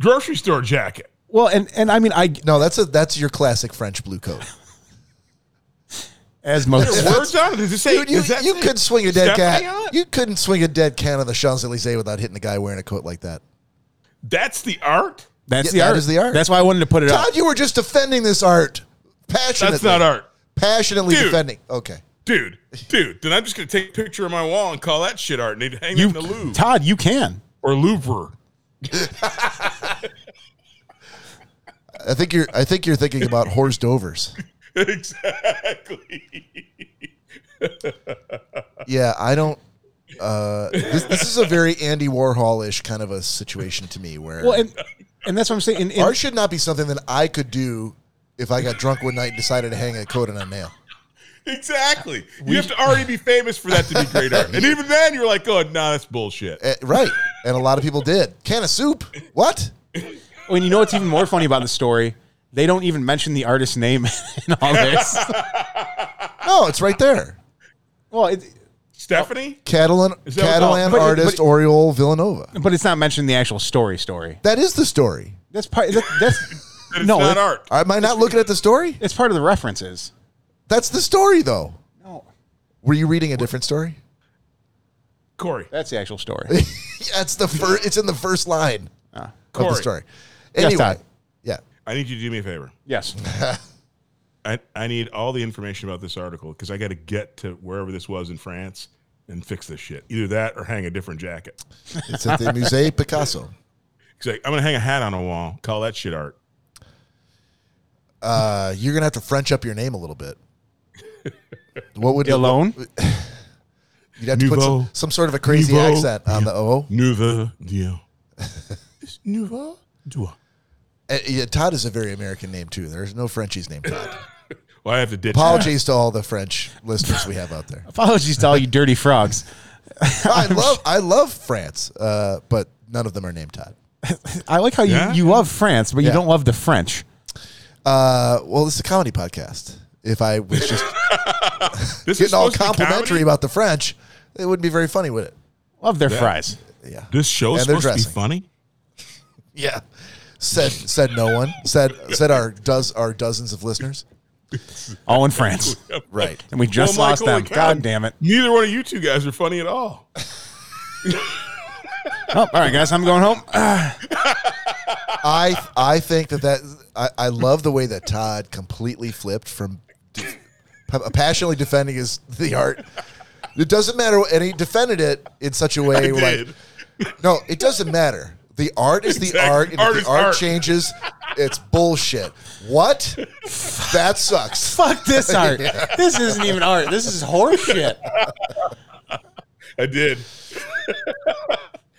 [SPEAKER 3] grocery store jacket.
[SPEAKER 2] Well, and and I mean, I
[SPEAKER 1] No, that's a that's your classic French blue coat.
[SPEAKER 2] as most
[SPEAKER 3] Words on it. Does it say?
[SPEAKER 1] Dude, you,
[SPEAKER 3] does that
[SPEAKER 1] you
[SPEAKER 3] say-
[SPEAKER 1] could swing a dead
[SPEAKER 3] Stephanie on
[SPEAKER 1] cat.
[SPEAKER 3] it?
[SPEAKER 1] You couldn't swing a dead cat on the Champs Elysees without hitting a guy wearing a coat like that.
[SPEAKER 3] That's the art.
[SPEAKER 2] that's
[SPEAKER 1] Yeah,
[SPEAKER 2] the
[SPEAKER 1] that
[SPEAKER 2] art.
[SPEAKER 1] is the art.
[SPEAKER 2] That's why I wanted to put it up.
[SPEAKER 1] Todd, you were just defending this art passionately.
[SPEAKER 3] That's not art.
[SPEAKER 1] Passionately
[SPEAKER 3] Dude.
[SPEAKER 1] defending. Okay.
[SPEAKER 3] Dude, dude, then I'm just gonna take a picture of my wall and call that shit art and they'd hang
[SPEAKER 2] You,
[SPEAKER 3] it in the Louvre
[SPEAKER 2] Todd, you can.
[SPEAKER 3] or Louvre.
[SPEAKER 1] I think you're I think you're thinking about Horst Dovers.
[SPEAKER 3] exactly.
[SPEAKER 1] Yeah, I don't uh this, this is a very Andy Warhol-ish kind of a situation to me where
[SPEAKER 2] Well, and and that's what I'm saying. In, in-
[SPEAKER 1] art should not be something that I could do if I got drunk one night and decided to hang a coat on a nail.
[SPEAKER 3] Exactly. you have to already be famous for that to be great art. And even then you're like, oh no, that's bullshit.
[SPEAKER 1] Eh, right. And a lot of people did. Can of soup. What?
[SPEAKER 2] Well, and you know what's even more funny about the story? They don't even mention the artist's name in all this.
[SPEAKER 1] No, Oh, it's right there.
[SPEAKER 2] well, it,
[SPEAKER 3] Stephanie?
[SPEAKER 1] Catalan
[SPEAKER 3] Is that what-
[SPEAKER 1] Catalan
[SPEAKER 2] but- but-
[SPEAKER 1] artist Oriol Villanova.
[SPEAKER 2] but it's not mentioning the actual story. Story.
[SPEAKER 1] That is the story.
[SPEAKER 2] That's part. That, that's
[SPEAKER 3] That it's
[SPEAKER 2] no.
[SPEAKER 3] not
[SPEAKER 2] it-
[SPEAKER 3] art.
[SPEAKER 1] Am I not looking at the story?
[SPEAKER 2] It's part of the references.
[SPEAKER 1] That's the story, though.
[SPEAKER 2] No,
[SPEAKER 1] Were you reading a different story?
[SPEAKER 3] Corey.
[SPEAKER 2] that's the actual story.
[SPEAKER 1] yeah, it's the first. It's in the first line of
[SPEAKER 3] Corey.
[SPEAKER 1] the story. Anyway,
[SPEAKER 2] Ah, Todd.
[SPEAKER 1] yeah,
[SPEAKER 3] I need you to do me a favor.
[SPEAKER 2] yes.
[SPEAKER 3] I, I need all the information about this article because I gotta get to wherever this was in France and fix this shit. Either that or hang a different jacket.
[SPEAKER 1] it's at the Musée Picasso.
[SPEAKER 3] He's like, I'm gonna hang a hat on a wall, call that shit art.
[SPEAKER 1] Uh, you're gonna have to French up your name a little bit. What would
[SPEAKER 2] Alone.
[SPEAKER 1] you'd have to put some,
[SPEAKER 3] Nouveau.
[SPEAKER 1] some sort of a crazy
[SPEAKER 3] Nouveau.
[SPEAKER 1] accent on the O?
[SPEAKER 3] Nouveau deal. Nouveau deal.
[SPEAKER 1] Uh, yeah, Todd is a very American name too. There's no Frenchies named Todd.
[SPEAKER 3] Well, I have to ditch. that.
[SPEAKER 1] Apologies to all the French listeners we have out there.
[SPEAKER 2] Apologies to all you dirty frogs.
[SPEAKER 1] I love I love France, uh, but none of them are named Todd.
[SPEAKER 2] I like how you,
[SPEAKER 3] Yeah?
[SPEAKER 2] you love France, but you
[SPEAKER 1] Yeah.
[SPEAKER 2] don't love the French.
[SPEAKER 1] Uh, well, this is a comedy podcast. If I was just
[SPEAKER 3] This is
[SPEAKER 1] getting all
[SPEAKER 3] supposed to be
[SPEAKER 1] complimentary
[SPEAKER 3] comedy?
[SPEAKER 1] about the French, it wouldn't be very funny, would it?
[SPEAKER 2] Love their fries.
[SPEAKER 1] Yeah.
[SPEAKER 3] This show is
[SPEAKER 1] And they're
[SPEAKER 3] supposed
[SPEAKER 1] dressing.
[SPEAKER 3] to be funny.
[SPEAKER 1] Yeah. Said said no one. Said said our does our dozens of listeners.
[SPEAKER 2] All in France.
[SPEAKER 1] Right.
[SPEAKER 2] And we just
[SPEAKER 3] Well,
[SPEAKER 2] lost
[SPEAKER 3] Michael
[SPEAKER 2] them.
[SPEAKER 3] and Kevin.
[SPEAKER 2] God damn it.
[SPEAKER 3] Neither one of you two guys are funny at all.
[SPEAKER 2] Oh, all right, guys, I'm going home. Ah,
[SPEAKER 1] I I think that that I, I love the way that Todd completely flipped from de- passionately defending his the art. It doesn't matter, what- and he defended it in such a way where like
[SPEAKER 3] did.
[SPEAKER 1] No, it doesn't matter. The art is the
[SPEAKER 3] Exactly.
[SPEAKER 1] art, and
[SPEAKER 3] Art
[SPEAKER 1] if
[SPEAKER 3] is
[SPEAKER 1] the art,
[SPEAKER 3] art.
[SPEAKER 1] changes, it's bullshit. What? that sucks.
[SPEAKER 2] fuck this art. This isn't even art. This is horseshit.
[SPEAKER 3] I did.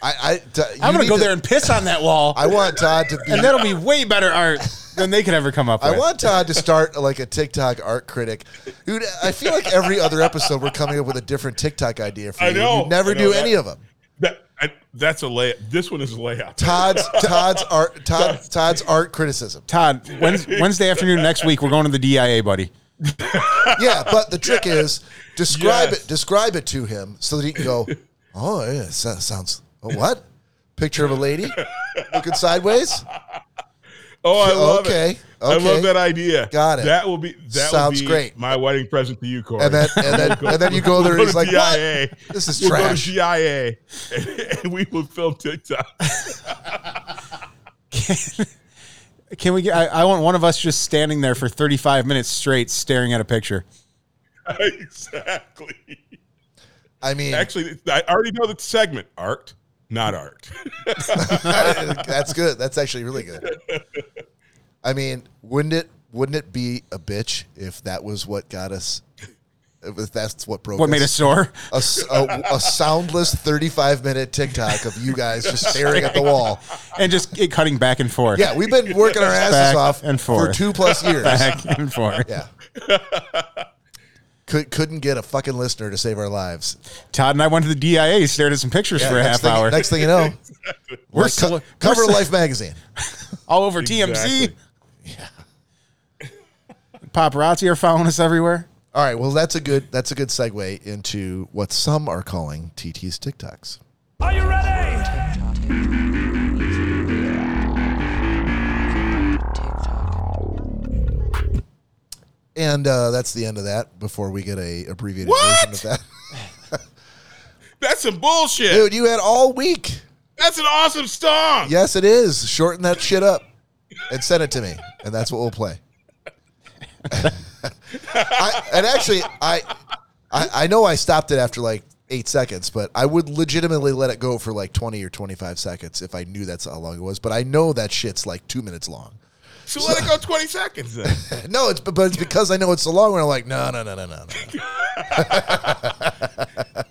[SPEAKER 1] I, I t-
[SPEAKER 2] I'm going to go there and piss on that wall.
[SPEAKER 1] I want Todd to be.
[SPEAKER 2] and that'll be way better art than they could ever come up with.
[SPEAKER 1] I want Todd to start like a TikTok art critic, dude. I feel like every other episode we're coming up with a different TikTok idea for you.
[SPEAKER 3] I know.
[SPEAKER 1] You never
[SPEAKER 3] I know
[SPEAKER 1] do
[SPEAKER 3] that.
[SPEAKER 1] any of them.
[SPEAKER 3] That I, that's a layup. This one is a layup.
[SPEAKER 1] Todd's Todd's art Todd, Todd's art criticism.
[SPEAKER 2] Todd, Wednes- Wednesday afternoon next week, we're going to the DIA, buddy.
[SPEAKER 1] Yeah, but the trick is describe
[SPEAKER 3] Yes.
[SPEAKER 1] it describe it to him so that he can go. Oh yeah, so- sounds. Oh, what? Picture of a lady looking sideways.
[SPEAKER 3] Oh, I love
[SPEAKER 1] okay,
[SPEAKER 3] it. I
[SPEAKER 1] okay.
[SPEAKER 3] love that idea.
[SPEAKER 1] Got it.
[SPEAKER 3] That will be that
[SPEAKER 1] Sounds
[SPEAKER 3] will be
[SPEAKER 1] great.
[SPEAKER 3] My wedding present to you, Corey.
[SPEAKER 1] And then and then and then you go there and
[SPEAKER 3] We'll
[SPEAKER 1] he's
[SPEAKER 3] go
[SPEAKER 1] like,
[SPEAKER 3] to
[SPEAKER 1] what?
[SPEAKER 3] DIA.
[SPEAKER 1] This is
[SPEAKER 3] We'll go to
[SPEAKER 1] trash.
[SPEAKER 3] GIA and, and we will film TikTok.
[SPEAKER 2] Can, can we get? I, I want one of us just standing there for 35 minutes straight, staring at a picture.
[SPEAKER 3] exactly.
[SPEAKER 1] I mean,
[SPEAKER 3] Actually, I already know the segment. Art, not art.
[SPEAKER 1] that's good. That's actually really good. I mean, wouldn't it wouldn't it be a bitch if that was what got us? If that's what broke
[SPEAKER 2] What made us sore?
[SPEAKER 1] a, s- a- a soundless 35 minute TikTok of you guys just staring at the wall.
[SPEAKER 2] And just it cutting back and forth.
[SPEAKER 1] Yeah, we've been working our asses
[SPEAKER 2] Back
[SPEAKER 1] off
[SPEAKER 2] and
[SPEAKER 1] for
[SPEAKER 2] forth.
[SPEAKER 1] two plus years.
[SPEAKER 2] Back and forth.
[SPEAKER 1] Yeah. Could, couldn't get a fucking listener to save our lives.
[SPEAKER 2] Todd and I went to the DIA, stared at some pictures for a
[SPEAKER 1] next
[SPEAKER 2] half
[SPEAKER 1] thing,
[SPEAKER 2] hour.
[SPEAKER 1] Next thing you know,
[SPEAKER 2] we're
[SPEAKER 1] like,
[SPEAKER 2] so-
[SPEAKER 1] co-
[SPEAKER 2] we're
[SPEAKER 1] cover
[SPEAKER 2] so-
[SPEAKER 1] Life magazine.
[SPEAKER 2] all over TMZ.
[SPEAKER 3] Exactly.
[SPEAKER 2] Paparazzi are following us everywhere.
[SPEAKER 1] All right, well that's a good that's a good segue into what some are calling TT's TikToks.
[SPEAKER 5] Are you ready?
[SPEAKER 6] TikTok. TikTok.
[SPEAKER 1] And uh, that's the end of that before we get a abbreviated
[SPEAKER 3] What?
[SPEAKER 1] version of that.
[SPEAKER 3] That's some bullshit.
[SPEAKER 1] Dude, you had all week.
[SPEAKER 3] That's an awesome song.
[SPEAKER 1] Yes, it is. Shorten that shit up and send it to me, and that's what we'll play. I, and actually, I, I I know I stopped it after like eight seconds, but I would legitimately let it go for like twenty or twenty five seconds if I knew that's how long it was. But I know that shit's like two minutes long.
[SPEAKER 3] So let it go 20 seconds then.
[SPEAKER 1] No, it's but it's because I know it's so long. Where I'm like, no, no, no, no, no, no.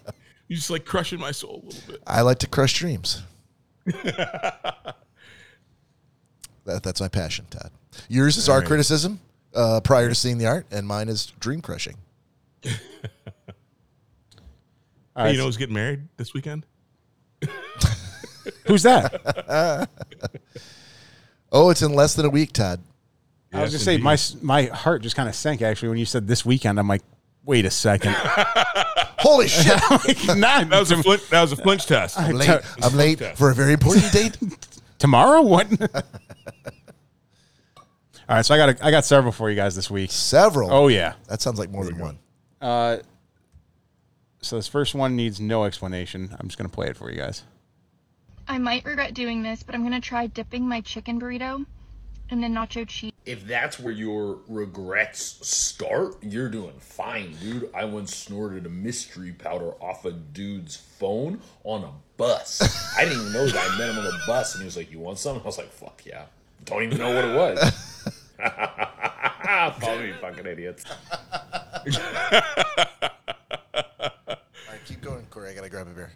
[SPEAKER 3] You're just like crushing my soul a little bit.
[SPEAKER 1] I like to crush dreams. that, that's my passion, Todd. Yours is art criticism uh, prior to seeing the art, and mine is dream crushing.
[SPEAKER 2] All
[SPEAKER 3] Hey,
[SPEAKER 2] right,
[SPEAKER 3] you know who's getting married this weekend?
[SPEAKER 2] who's that?
[SPEAKER 1] Oh, it's in less than a week, Todd.
[SPEAKER 2] I was
[SPEAKER 3] Yes,
[SPEAKER 2] just saying, my
[SPEAKER 3] indeed.
[SPEAKER 2] s- my heart just kind of sank actually when you said this weekend. I'm like, wait a second,
[SPEAKER 1] Holy shit!
[SPEAKER 2] not
[SPEAKER 3] That was a flinch, that was a flinch test.
[SPEAKER 1] I'm late. I'm late for a very important date.
[SPEAKER 2] tomorrow. What? All right, so I got a, I got several for you guys this week.
[SPEAKER 1] Several.
[SPEAKER 2] Oh yeah.
[SPEAKER 1] that sounds like more than one.
[SPEAKER 2] Uh, so this first one needs no explanation. I'm just gonna play it for you guys.
[SPEAKER 7] I might regret doing this, but I'm gonna try dipping my chicken burrito in the nacho cheese.
[SPEAKER 8] if that's where your regrets start, you're doing fine, dude. I once snorted a mystery powder off a dude's phone on a bus. I didn't even know that. I met him on a bus, and he was like, "You want some?" I was like, "Fuck yeah!" Don't even know what it was. Follow me, fucking idiots.
[SPEAKER 1] All right, keep going, Corey. I gotta grab a beer.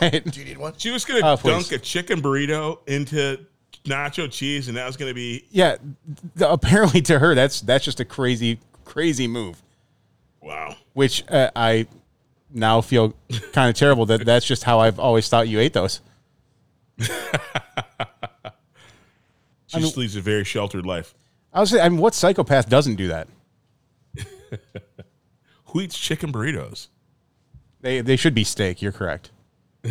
[SPEAKER 2] Right.
[SPEAKER 1] Do you need one?
[SPEAKER 3] She was going to
[SPEAKER 2] Oh, please.
[SPEAKER 3] dunk a chicken burrito into nacho cheese, and that was going to be
[SPEAKER 2] Yeah, th- apparently to her, that's that's just a crazy crazy move.
[SPEAKER 3] wow.
[SPEAKER 2] Which uh, I now feel kind of terrible that that's just how I've always thought you ate those.
[SPEAKER 3] She just leads a very sheltered life.
[SPEAKER 2] I was, I mean, what psychopath doesn't do that?
[SPEAKER 3] Who eats chicken burritos?
[SPEAKER 2] They they should be steak. You're correct.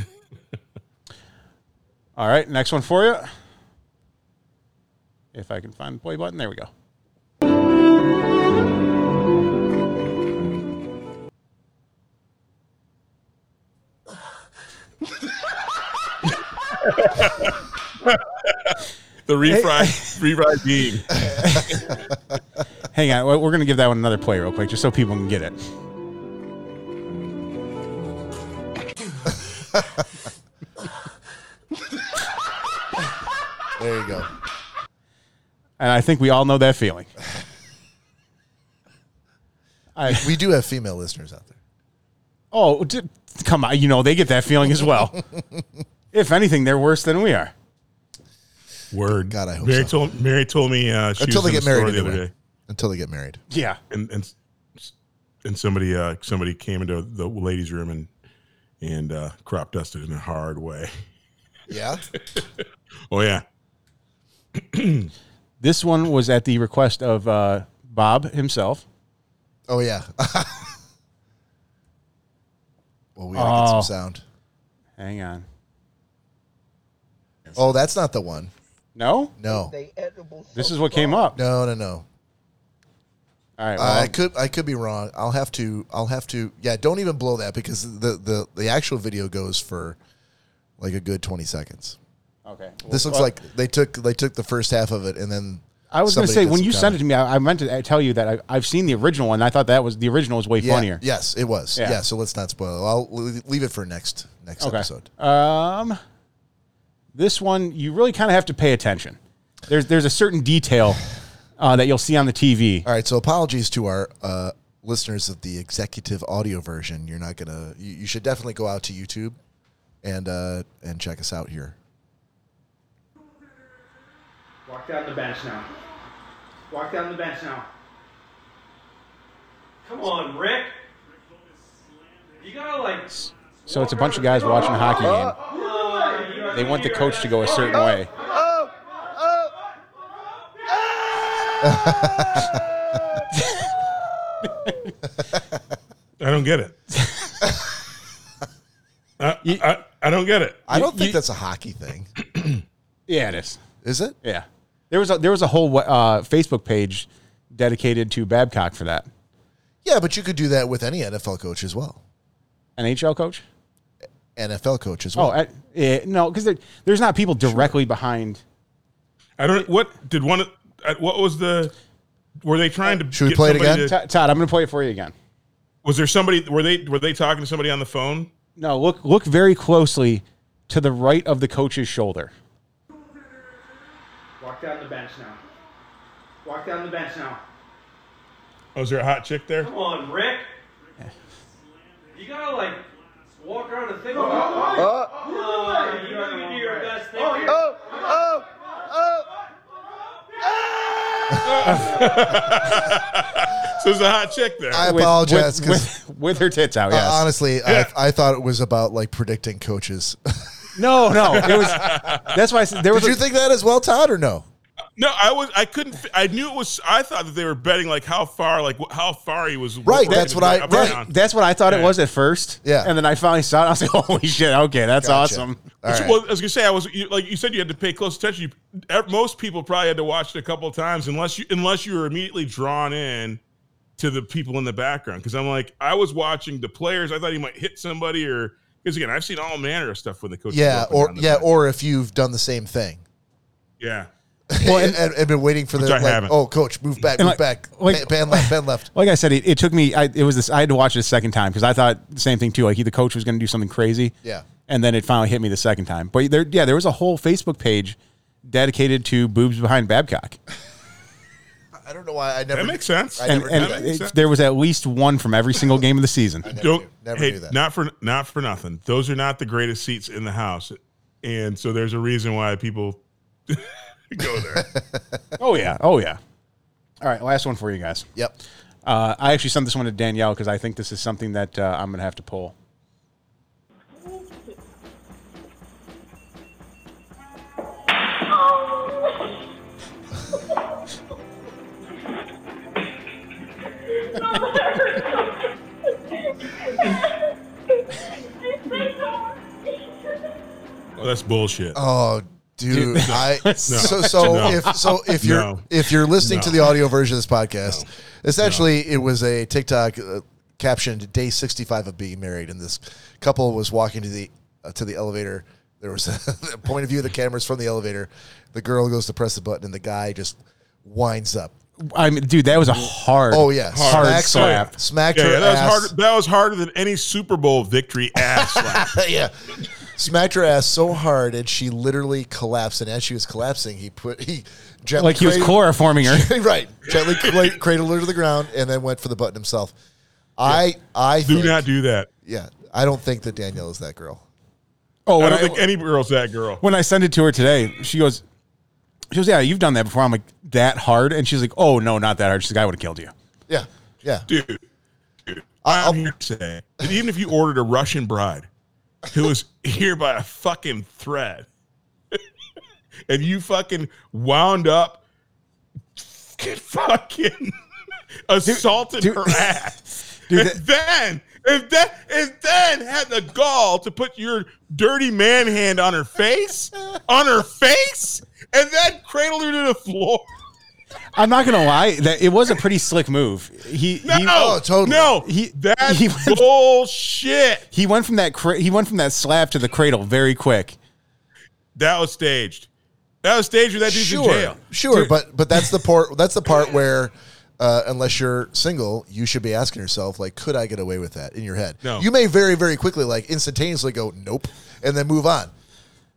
[SPEAKER 2] All right, next one for you. If I can find the play button, there we go.
[SPEAKER 3] The refried, refried bean.
[SPEAKER 2] Hang on, we're we're gonna give that one another play real quick, just so people can get it.
[SPEAKER 1] There you go.
[SPEAKER 2] And I think we all know that feeling. I
[SPEAKER 1] We do have female listeners out there.
[SPEAKER 2] oh, d- come on, you know they get that feeling as well. if anything, they're worse than we are.
[SPEAKER 3] Word.
[SPEAKER 1] God, I hope
[SPEAKER 3] Mary
[SPEAKER 1] so.
[SPEAKER 3] told Mary told me uh, she
[SPEAKER 1] Until
[SPEAKER 3] was
[SPEAKER 1] they
[SPEAKER 3] in
[SPEAKER 1] get
[SPEAKER 3] the store
[SPEAKER 1] married
[SPEAKER 3] the other
[SPEAKER 1] anyway.
[SPEAKER 3] day,
[SPEAKER 1] Until they get married.
[SPEAKER 2] Yeah,
[SPEAKER 3] and and and somebody uh, somebody came into the ladies' room and and uh, crop dusted in a hard way.
[SPEAKER 1] Yeah.
[SPEAKER 3] Oh yeah,
[SPEAKER 2] this one was at the request of uh, Bob himself.
[SPEAKER 1] Oh yeah. well, we gotta
[SPEAKER 2] Oh.
[SPEAKER 1] get some sound.
[SPEAKER 2] Hang on,
[SPEAKER 1] Oh, that's not the one.
[SPEAKER 2] no,
[SPEAKER 1] No.
[SPEAKER 2] this is what came up.
[SPEAKER 1] No, no, no.
[SPEAKER 2] All right,
[SPEAKER 1] I
[SPEAKER 2] well,
[SPEAKER 1] could I could be wrong. I'll have to I'll have to yeah, don't even blow that because the the, the actual video goes for like a good 20 seconds.
[SPEAKER 2] Okay.
[SPEAKER 1] This looks like they took they took the first half of it and then
[SPEAKER 2] I was going
[SPEAKER 1] somebody
[SPEAKER 2] to say
[SPEAKER 1] did
[SPEAKER 2] when
[SPEAKER 1] some
[SPEAKER 2] you
[SPEAKER 1] comedy.
[SPEAKER 2] sent it to me, I, I meant to uh, tell you that I, I've seen the original one. I thought that was the original was way
[SPEAKER 1] Yeah,
[SPEAKER 2] funnier.
[SPEAKER 1] Yes, it was.
[SPEAKER 2] Yeah.
[SPEAKER 1] Yeah. so let's not spoil. it. I'll l- leave it for next next
[SPEAKER 2] Okay.
[SPEAKER 1] episode.
[SPEAKER 2] Um, this one you really kind of have to pay attention. There's there's a certain detail uh, that you'll see on the TV.
[SPEAKER 1] All right. So apologies to our uh, listeners of the executive audio version. You're not gonna. You, you should definitely go out to YouTube and uh, and check us out here.
[SPEAKER 5] Walk down the bench now. Walk down the bench now. Come on, Rick. You gotta like.
[SPEAKER 2] So it's a bunch of guys watching a hockey game. They want the coach to go a certain way.
[SPEAKER 3] I don't get it. I, I, I don't get it.
[SPEAKER 1] I don't think
[SPEAKER 2] you-
[SPEAKER 1] that's a hockey thing,
[SPEAKER 2] Yeah, it is.
[SPEAKER 1] is it?
[SPEAKER 2] Yeah, there was a, there was a whole uh, Facebook page dedicated to Babcock for that
[SPEAKER 1] Yeah, but you could do that with any NFL coach as well.
[SPEAKER 2] NHL coach.
[SPEAKER 1] NFL coach as well.
[SPEAKER 2] Oh, I, yeah, no, because there, there's not people directly behind.
[SPEAKER 3] I don't. What did one? of- uh, What was the? Were they trying to?
[SPEAKER 1] Should we
[SPEAKER 3] get
[SPEAKER 1] play it
[SPEAKER 3] somebody
[SPEAKER 1] again?
[SPEAKER 3] to-
[SPEAKER 2] Todd, Todd, I'm going to play it for you again.
[SPEAKER 3] was there somebody? Were they? Were they talking to somebody on the phone?
[SPEAKER 2] No, look look very closely to the right of the coach's shoulder.
[SPEAKER 5] Walk down the bench now. Walk down the bench now.
[SPEAKER 3] Oh, was there a hot chick there?
[SPEAKER 5] Come on, Rick. You gotta like walk around and think.
[SPEAKER 2] Oh.
[SPEAKER 5] Come on, you know you do your best thing. here.
[SPEAKER 3] So there's a hot chick there.
[SPEAKER 1] I
[SPEAKER 2] With-
[SPEAKER 1] apologize
[SPEAKER 2] with,
[SPEAKER 1] 'cause-
[SPEAKER 2] with, with her tits out. Yes.
[SPEAKER 1] Uh, honestly,
[SPEAKER 3] Yeah.
[SPEAKER 1] I, I thought it was about like predicting coaches.
[SPEAKER 2] no, no, it was. That's why I said, there was.
[SPEAKER 1] Did you
[SPEAKER 2] a-
[SPEAKER 1] think that as well, Todd, or no?
[SPEAKER 3] no, I was. I couldn't. fi- I knew it was. I thought that they were betting like how far, like wh- how far he was.
[SPEAKER 1] Right, that's what I-
[SPEAKER 3] up and
[SPEAKER 1] right.
[SPEAKER 3] down.
[SPEAKER 2] that's what I thought it was at first.
[SPEAKER 1] Yeah.
[SPEAKER 2] And then I finally saw it. I was like, holy shit! Okay, that's
[SPEAKER 1] Gotcha.
[SPEAKER 2] awesome.
[SPEAKER 1] All right.
[SPEAKER 3] Well, I was gonna say I was you, like you said you had to pay close attention. You, ev- most people probably had to watch it a couple of times unless you unless you were immediately drawn in to the people in the background. Because I'm like I was watching the players. I thought he might hit somebody or because again I've seen all manner of stuff with the coach.
[SPEAKER 1] yeah, or yeah, or if you've done the same thing.
[SPEAKER 3] yeah.
[SPEAKER 1] Well, and, and, been waiting for the
[SPEAKER 3] Which I
[SPEAKER 1] like,
[SPEAKER 3] haven't.
[SPEAKER 1] oh, coach, move back,
[SPEAKER 2] And
[SPEAKER 1] move
[SPEAKER 2] like-
[SPEAKER 1] back,
[SPEAKER 2] like-
[SPEAKER 1] Ba- band left, band left.
[SPEAKER 2] Like I said, it, it took me. I, it was this. I had to watch it a second time because I thought the same thing too. Like he, the coach was going to do something crazy.
[SPEAKER 1] Yeah.
[SPEAKER 2] And then it finally hit me the second time. But there, yeah, there was a whole Facebook page dedicated to boobs behind Babcock.
[SPEAKER 1] I don't know why I never.
[SPEAKER 3] That makes sense.
[SPEAKER 1] I
[SPEAKER 2] and
[SPEAKER 1] never-
[SPEAKER 2] and
[SPEAKER 3] that makes
[SPEAKER 2] it-
[SPEAKER 3] sense.
[SPEAKER 2] there was at least one from every single game of the season.
[SPEAKER 1] never
[SPEAKER 3] Don't
[SPEAKER 1] knew- never
[SPEAKER 3] hey,
[SPEAKER 1] knew that.
[SPEAKER 3] not for not for nothing. Those are not the greatest seats in the house, and so there's a reason why people go there.
[SPEAKER 2] Oh yeah, oh yeah. All right, last one for you guys.
[SPEAKER 1] Yep.
[SPEAKER 2] Uh, I actually sent this one to Danielle because I think this is something that uh, I'm gonna have to pull.
[SPEAKER 3] well, that's bullshit.
[SPEAKER 1] Oh, dude, I so so
[SPEAKER 3] No.
[SPEAKER 1] if so if you're
[SPEAKER 3] No.
[SPEAKER 1] if you're listening to
[SPEAKER 3] No.
[SPEAKER 1] the audio version of this podcast, essentially it was a TikTok uh, captioned "Day 65 of being married," and this couple was walking to the uh, to the elevator. There was a point of view of the cameras from the elevator. The girl goes to press the button, and the guy just winds up.
[SPEAKER 2] I mean, dude, that was a hard.
[SPEAKER 1] Oh yeah,
[SPEAKER 2] hard
[SPEAKER 1] smacked
[SPEAKER 2] slap.
[SPEAKER 1] her, smacked
[SPEAKER 3] Yeah,
[SPEAKER 1] her
[SPEAKER 3] yeah, that
[SPEAKER 1] ass.
[SPEAKER 3] was harder. That was harder than any Super Bowl victory ass slap.
[SPEAKER 1] yeah. Smacked her ass so hard, and she literally collapsed. And as she was collapsing, he put he gently
[SPEAKER 2] Like he was
[SPEAKER 1] cradled-
[SPEAKER 2] chloroforming her.
[SPEAKER 1] right, gently cla- cradled her to the ground, and then went for the button himself. I I
[SPEAKER 3] Do
[SPEAKER 1] think,
[SPEAKER 3] not do that.
[SPEAKER 1] Yeah, I don't think that Danielle is that girl.
[SPEAKER 2] Oh,
[SPEAKER 3] I
[SPEAKER 2] when
[SPEAKER 3] don't
[SPEAKER 2] I,
[SPEAKER 3] think any girl's that girl.
[SPEAKER 2] when I sent it to her today, she goes, she goes, yeah, you've done that before. I'm like that hard, and she's like, oh no, not that hard. She's like, I would have killed you.
[SPEAKER 1] Yeah, yeah.
[SPEAKER 3] Dude, dude
[SPEAKER 1] I'll-
[SPEAKER 3] I'm here to say that even if you ordered a Russian bride who is here by a fucking thread and you fucking wound up fucking assaulted
[SPEAKER 2] dude.
[SPEAKER 3] her ass.
[SPEAKER 2] Dude,
[SPEAKER 3] and then and then and then had the gall to put your dirty man hand on her face, on her face, and then cradled her to the floor.
[SPEAKER 2] I'm not gonna lie, that it was a pretty slick move. He
[SPEAKER 3] No,
[SPEAKER 2] he,
[SPEAKER 1] oh, totally.
[SPEAKER 3] no,
[SPEAKER 2] He-
[SPEAKER 3] that's
[SPEAKER 2] he went-
[SPEAKER 3] bullshit.
[SPEAKER 2] he went from that cra- he went from that slap to the cradle very quick.
[SPEAKER 3] That was staged. That was staged. With that dude's in
[SPEAKER 1] Sure,
[SPEAKER 3] jail.
[SPEAKER 1] sure, but but that's the part. That's the part where, uh, unless you're single, you should be asking yourself, like, could I get away with that? In your head,
[SPEAKER 3] No.
[SPEAKER 1] you may very, very quickly, like, instantaneously go, nope, and then move on.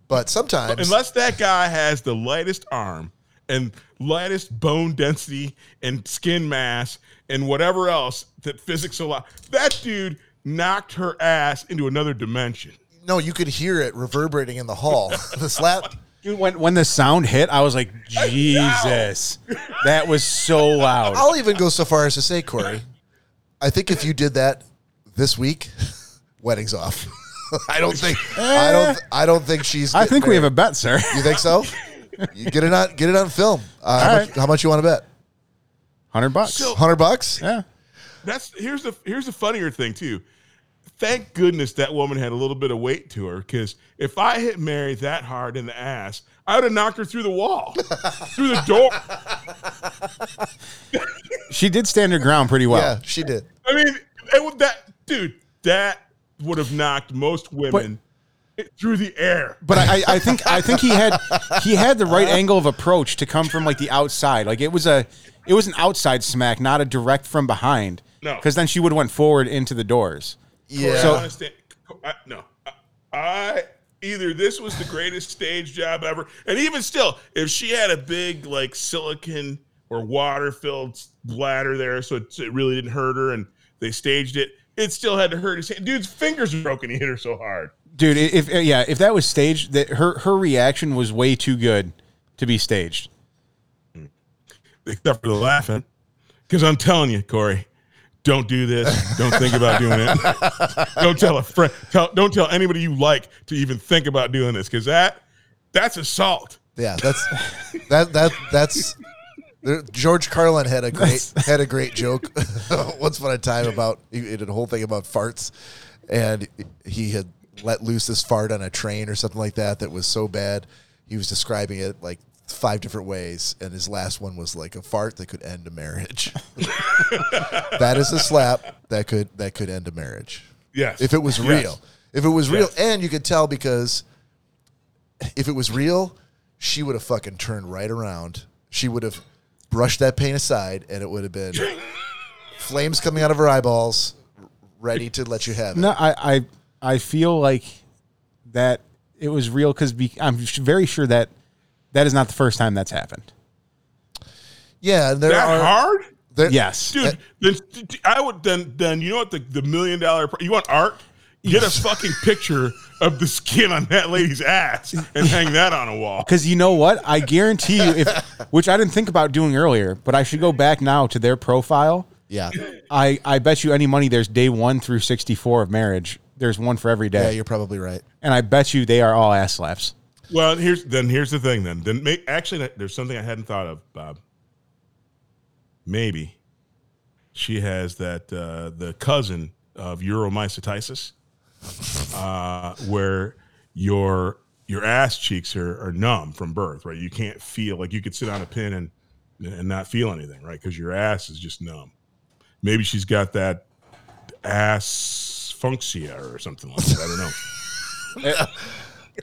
[SPEAKER 1] But sometimes,
[SPEAKER 3] Unless that guy has the lightest arm and lightest bone density and skin mass and whatever else that physics allow, that dude knocked her ass into another dimension.
[SPEAKER 1] no, you could hear it reverberating in the hall. the slap.
[SPEAKER 2] Dude, when when the sound hit, I was like, Jesus, that was so loud.
[SPEAKER 1] I'll even go so far as to say, Corey, I think if you did that this week, wedding's off. I don't think. I don't. I don't think she's.
[SPEAKER 2] Eh. I
[SPEAKER 1] getting
[SPEAKER 2] think we have
[SPEAKER 1] married.
[SPEAKER 2] a bet, sir.
[SPEAKER 1] You think so? You get it on. Get it on film. Uh, how,
[SPEAKER 2] All
[SPEAKER 1] much,
[SPEAKER 2] right.
[SPEAKER 1] how much you want to bet?
[SPEAKER 2] Hundred bucks.
[SPEAKER 1] Hundred bucks.
[SPEAKER 2] yeah.
[SPEAKER 3] That's here's the here's the funnier thing too. Thank goodness that woman had a little bit of weight to her because if I hit Mary that hard in the ass, I would have knocked her through the wall, through the door.
[SPEAKER 2] She did stand her ground pretty well.
[SPEAKER 1] Yeah, she did.
[SPEAKER 3] I mean, it would, that dude, that would have knocked most women through the air.
[SPEAKER 2] But I, I- I think I think he had he had the right angle of approach to come from like the outside. Like it was a it was an outside smack, not a direct from behind.
[SPEAKER 3] No.
[SPEAKER 2] Because then she would have went forward into the doors.
[SPEAKER 1] Yeah.
[SPEAKER 3] I understand. I, no, I, I either this was the greatest stage job ever, and even still, if she had a big like silicon or water filled bladder there, so it, it really didn't hurt her, and they staged it, it still had to hurt his hand. Dude's fingers were broken. He hit her so hard.
[SPEAKER 2] Dude, i- if yeah, if that was staged, that her her reaction was way too good to be staged.
[SPEAKER 3] except for the laughing. Because I'm telling you, Corey, don't do this. Don't think about doing it. don't tell a friend. Tell, don't tell anybody you like to even think about doing this. Because that that's assault.
[SPEAKER 1] Yeah, that's that that that's there, George Carlin had a great had a great joke once upon a time about he did a whole thing about farts, and he had let loose this fart on a train or something like that that was so bad he was describing it like five different ways, and his last one was like a fart that could end a marriage. that is a slap that could that could end a marriage
[SPEAKER 3] Yes.
[SPEAKER 1] if it was
[SPEAKER 3] Yes.
[SPEAKER 1] real. If it was real, and you could tell because if it was real, she would have fucking turned right around. She would have brushed that pain aside, and it would have been flames coming out of her eyeballs, ready to let you have it.
[SPEAKER 2] No, I I, I feel like that it was real because be, I'm sh- very sure that that is not the first time that's happened.
[SPEAKER 1] Yeah, and there
[SPEAKER 3] That
[SPEAKER 1] are
[SPEAKER 3] hard,
[SPEAKER 1] there-
[SPEAKER 2] Yes.
[SPEAKER 3] dude. Then I would then then you know what the the million dollar pr- you want art. Get a fucking picture of the skin on that lady's ass and hang that on a wall.
[SPEAKER 2] Because you know what? I guarantee you, if which I didn't think about doing earlier, but I should go back now to their profile.
[SPEAKER 1] Yeah,
[SPEAKER 2] I, I bet you any money there's day one through 64 of marriage. There's one for every
[SPEAKER 1] yeah,
[SPEAKER 2] day.
[SPEAKER 1] you're probably right.
[SPEAKER 2] and I bet you they are all ass slaps.
[SPEAKER 3] Well, here's then here's the thing then. Then may, actually there's something I hadn't thought of, Bob. Maybe she has that uh, the cousin of uromycetitis, uh, where your your ass cheeks are, are numb from birth, right? You can't feel like you could sit on a pin and and not feel anything, right? Because your ass is just numb. Maybe she's got that ass functia or something like that. I don't know.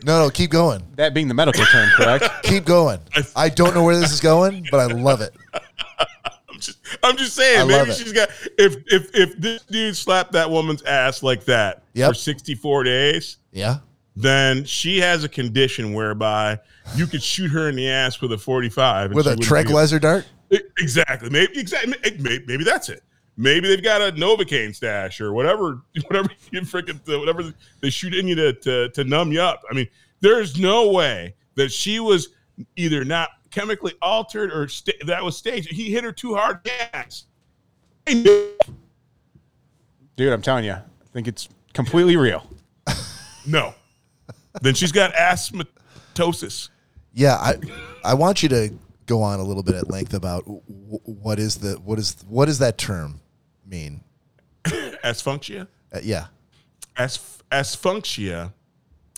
[SPEAKER 1] No, no, keep going,
[SPEAKER 2] That being the medical term, correct?
[SPEAKER 1] keep going. I don't know where this is going, but I love it.
[SPEAKER 3] I'm just, I'm just saying,
[SPEAKER 1] I love
[SPEAKER 3] maybe
[SPEAKER 1] it.
[SPEAKER 3] she's got if if if this dude slapped that woman's ass like that
[SPEAKER 1] Yep.
[SPEAKER 3] for 64 days,
[SPEAKER 1] Yeah,
[SPEAKER 3] then she has a condition whereby you could shoot her in the ass with a 45 and
[SPEAKER 1] with
[SPEAKER 3] she
[SPEAKER 1] a
[SPEAKER 3] wouldn't
[SPEAKER 1] tranquilizer dart.
[SPEAKER 3] feel- E-, Exactly. Maybe exactly maybe, maybe that's it. Maybe they've got a Novocaine stash or whatever whatever you freaking whatever they shoot in you to, to to numb you up. I mean, there's no way that she was either not chemically altered or sta- that was staged. He hit her too hard. in the ass.
[SPEAKER 2] Dude, I'm telling you, I think it's completely real.
[SPEAKER 3] No. then she's got asthmatosis.
[SPEAKER 1] Yeah, I I want you to go on a little bit at length about w- what is the what is what does that term mean?
[SPEAKER 3] Asphyxia.
[SPEAKER 1] Uh, yeah,
[SPEAKER 3] As asphyxia.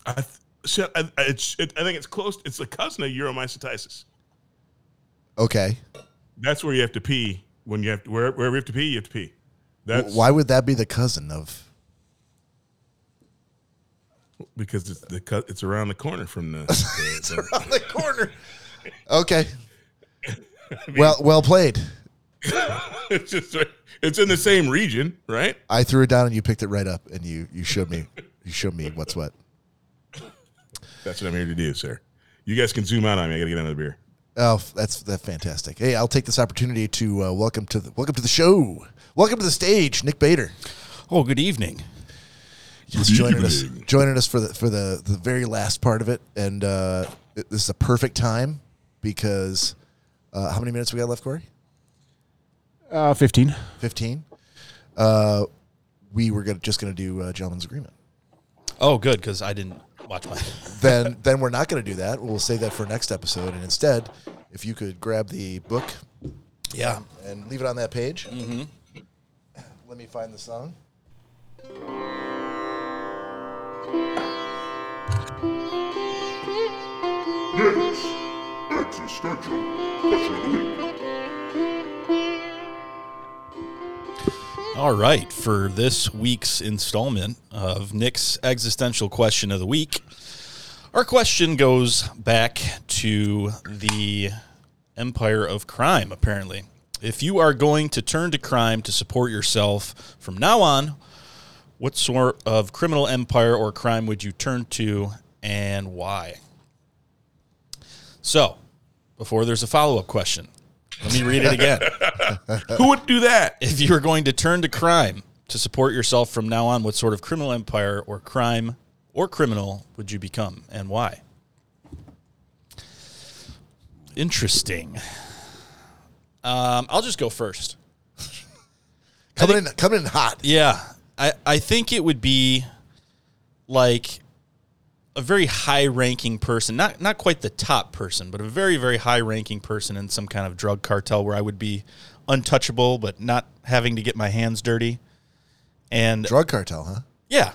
[SPEAKER 3] I, th- so I, I- it's, it, I think it's close. It's the cousin of uromycetitis.
[SPEAKER 1] okay.
[SPEAKER 3] That's where you have to pee when you have to, wherever, wherever you have to pee, you have to pee. That's
[SPEAKER 1] Why would that be the cousin of?
[SPEAKER 3] because it's the cut. It's around the corner from the. the-
[SPEAKER 1] It's
[SPEAKER 3] the-
[SPEAKER 1] around the corner. Okay. Well, well played.
[SPEAKER 3] it's just right- it's in the same region, right?
[SPEAKER 1] I threw it down and you picked it right up and you you showed me you showed me what's what.
[SPEAKER 3] That's what I'm here to do, sir. You guys can zoom out on me. I gotta get another beer.
[SPEAKER 1] Oh, f- that's that's fantastic. Hey, I'll take this opportunity to uh, welcome to the welcome to the show. Welcome to the stage, Nick Bader.
[SPEAKER 6] Oh, good evening.
[SPEAKER 1] He's joining us joining us for the for the the very last part of it, and uh, it- this is a perfect time because uh, how many minutes we got left, Corey?
[SPEAKER 2] Uh, 15.
[SPEAKER 1] 15 uh, we were gonna, just going to do uh, gentleman's agreement
[SPEAKER 6] Oh, good because I didn't watch my.
[SPEAKER 1] then then we're not going to do that we'll save that for next episode and instead if you could grab the book
[SPEAKER 6] Yeah,
[SPEAKER 1] and leave it on that page let me find the song
[SPEAKER 6] All right, for this week's installment of Nick's existential question of the week, our question goes back to the empire of crime, apparently. If you are going to turn to crime to support yourself from now on, what sort of criminal empire or crime would you turn to and why? So, before there's a follow up question, let me read it again
[SPEAKER 3] Who would do that?
[SPEAKER 6] if you were going to turn to crime to support yourself from now on, what sort of criminal empire or crime or criminal would you become and why? Interesting. Um, I'll just go first.
[SPEAKER 1] coming in coming in hot
[SPEAKER 6] Yeah. I, I think it would be like a very high ranking person, not not quite the top person, but a very, very high ranking person in some kind of drug cartel where I would be untouchable but not having to get my hands dirty. And
[SPEAKER 1] drug cartel huh
[SPEAKER 6] yeah.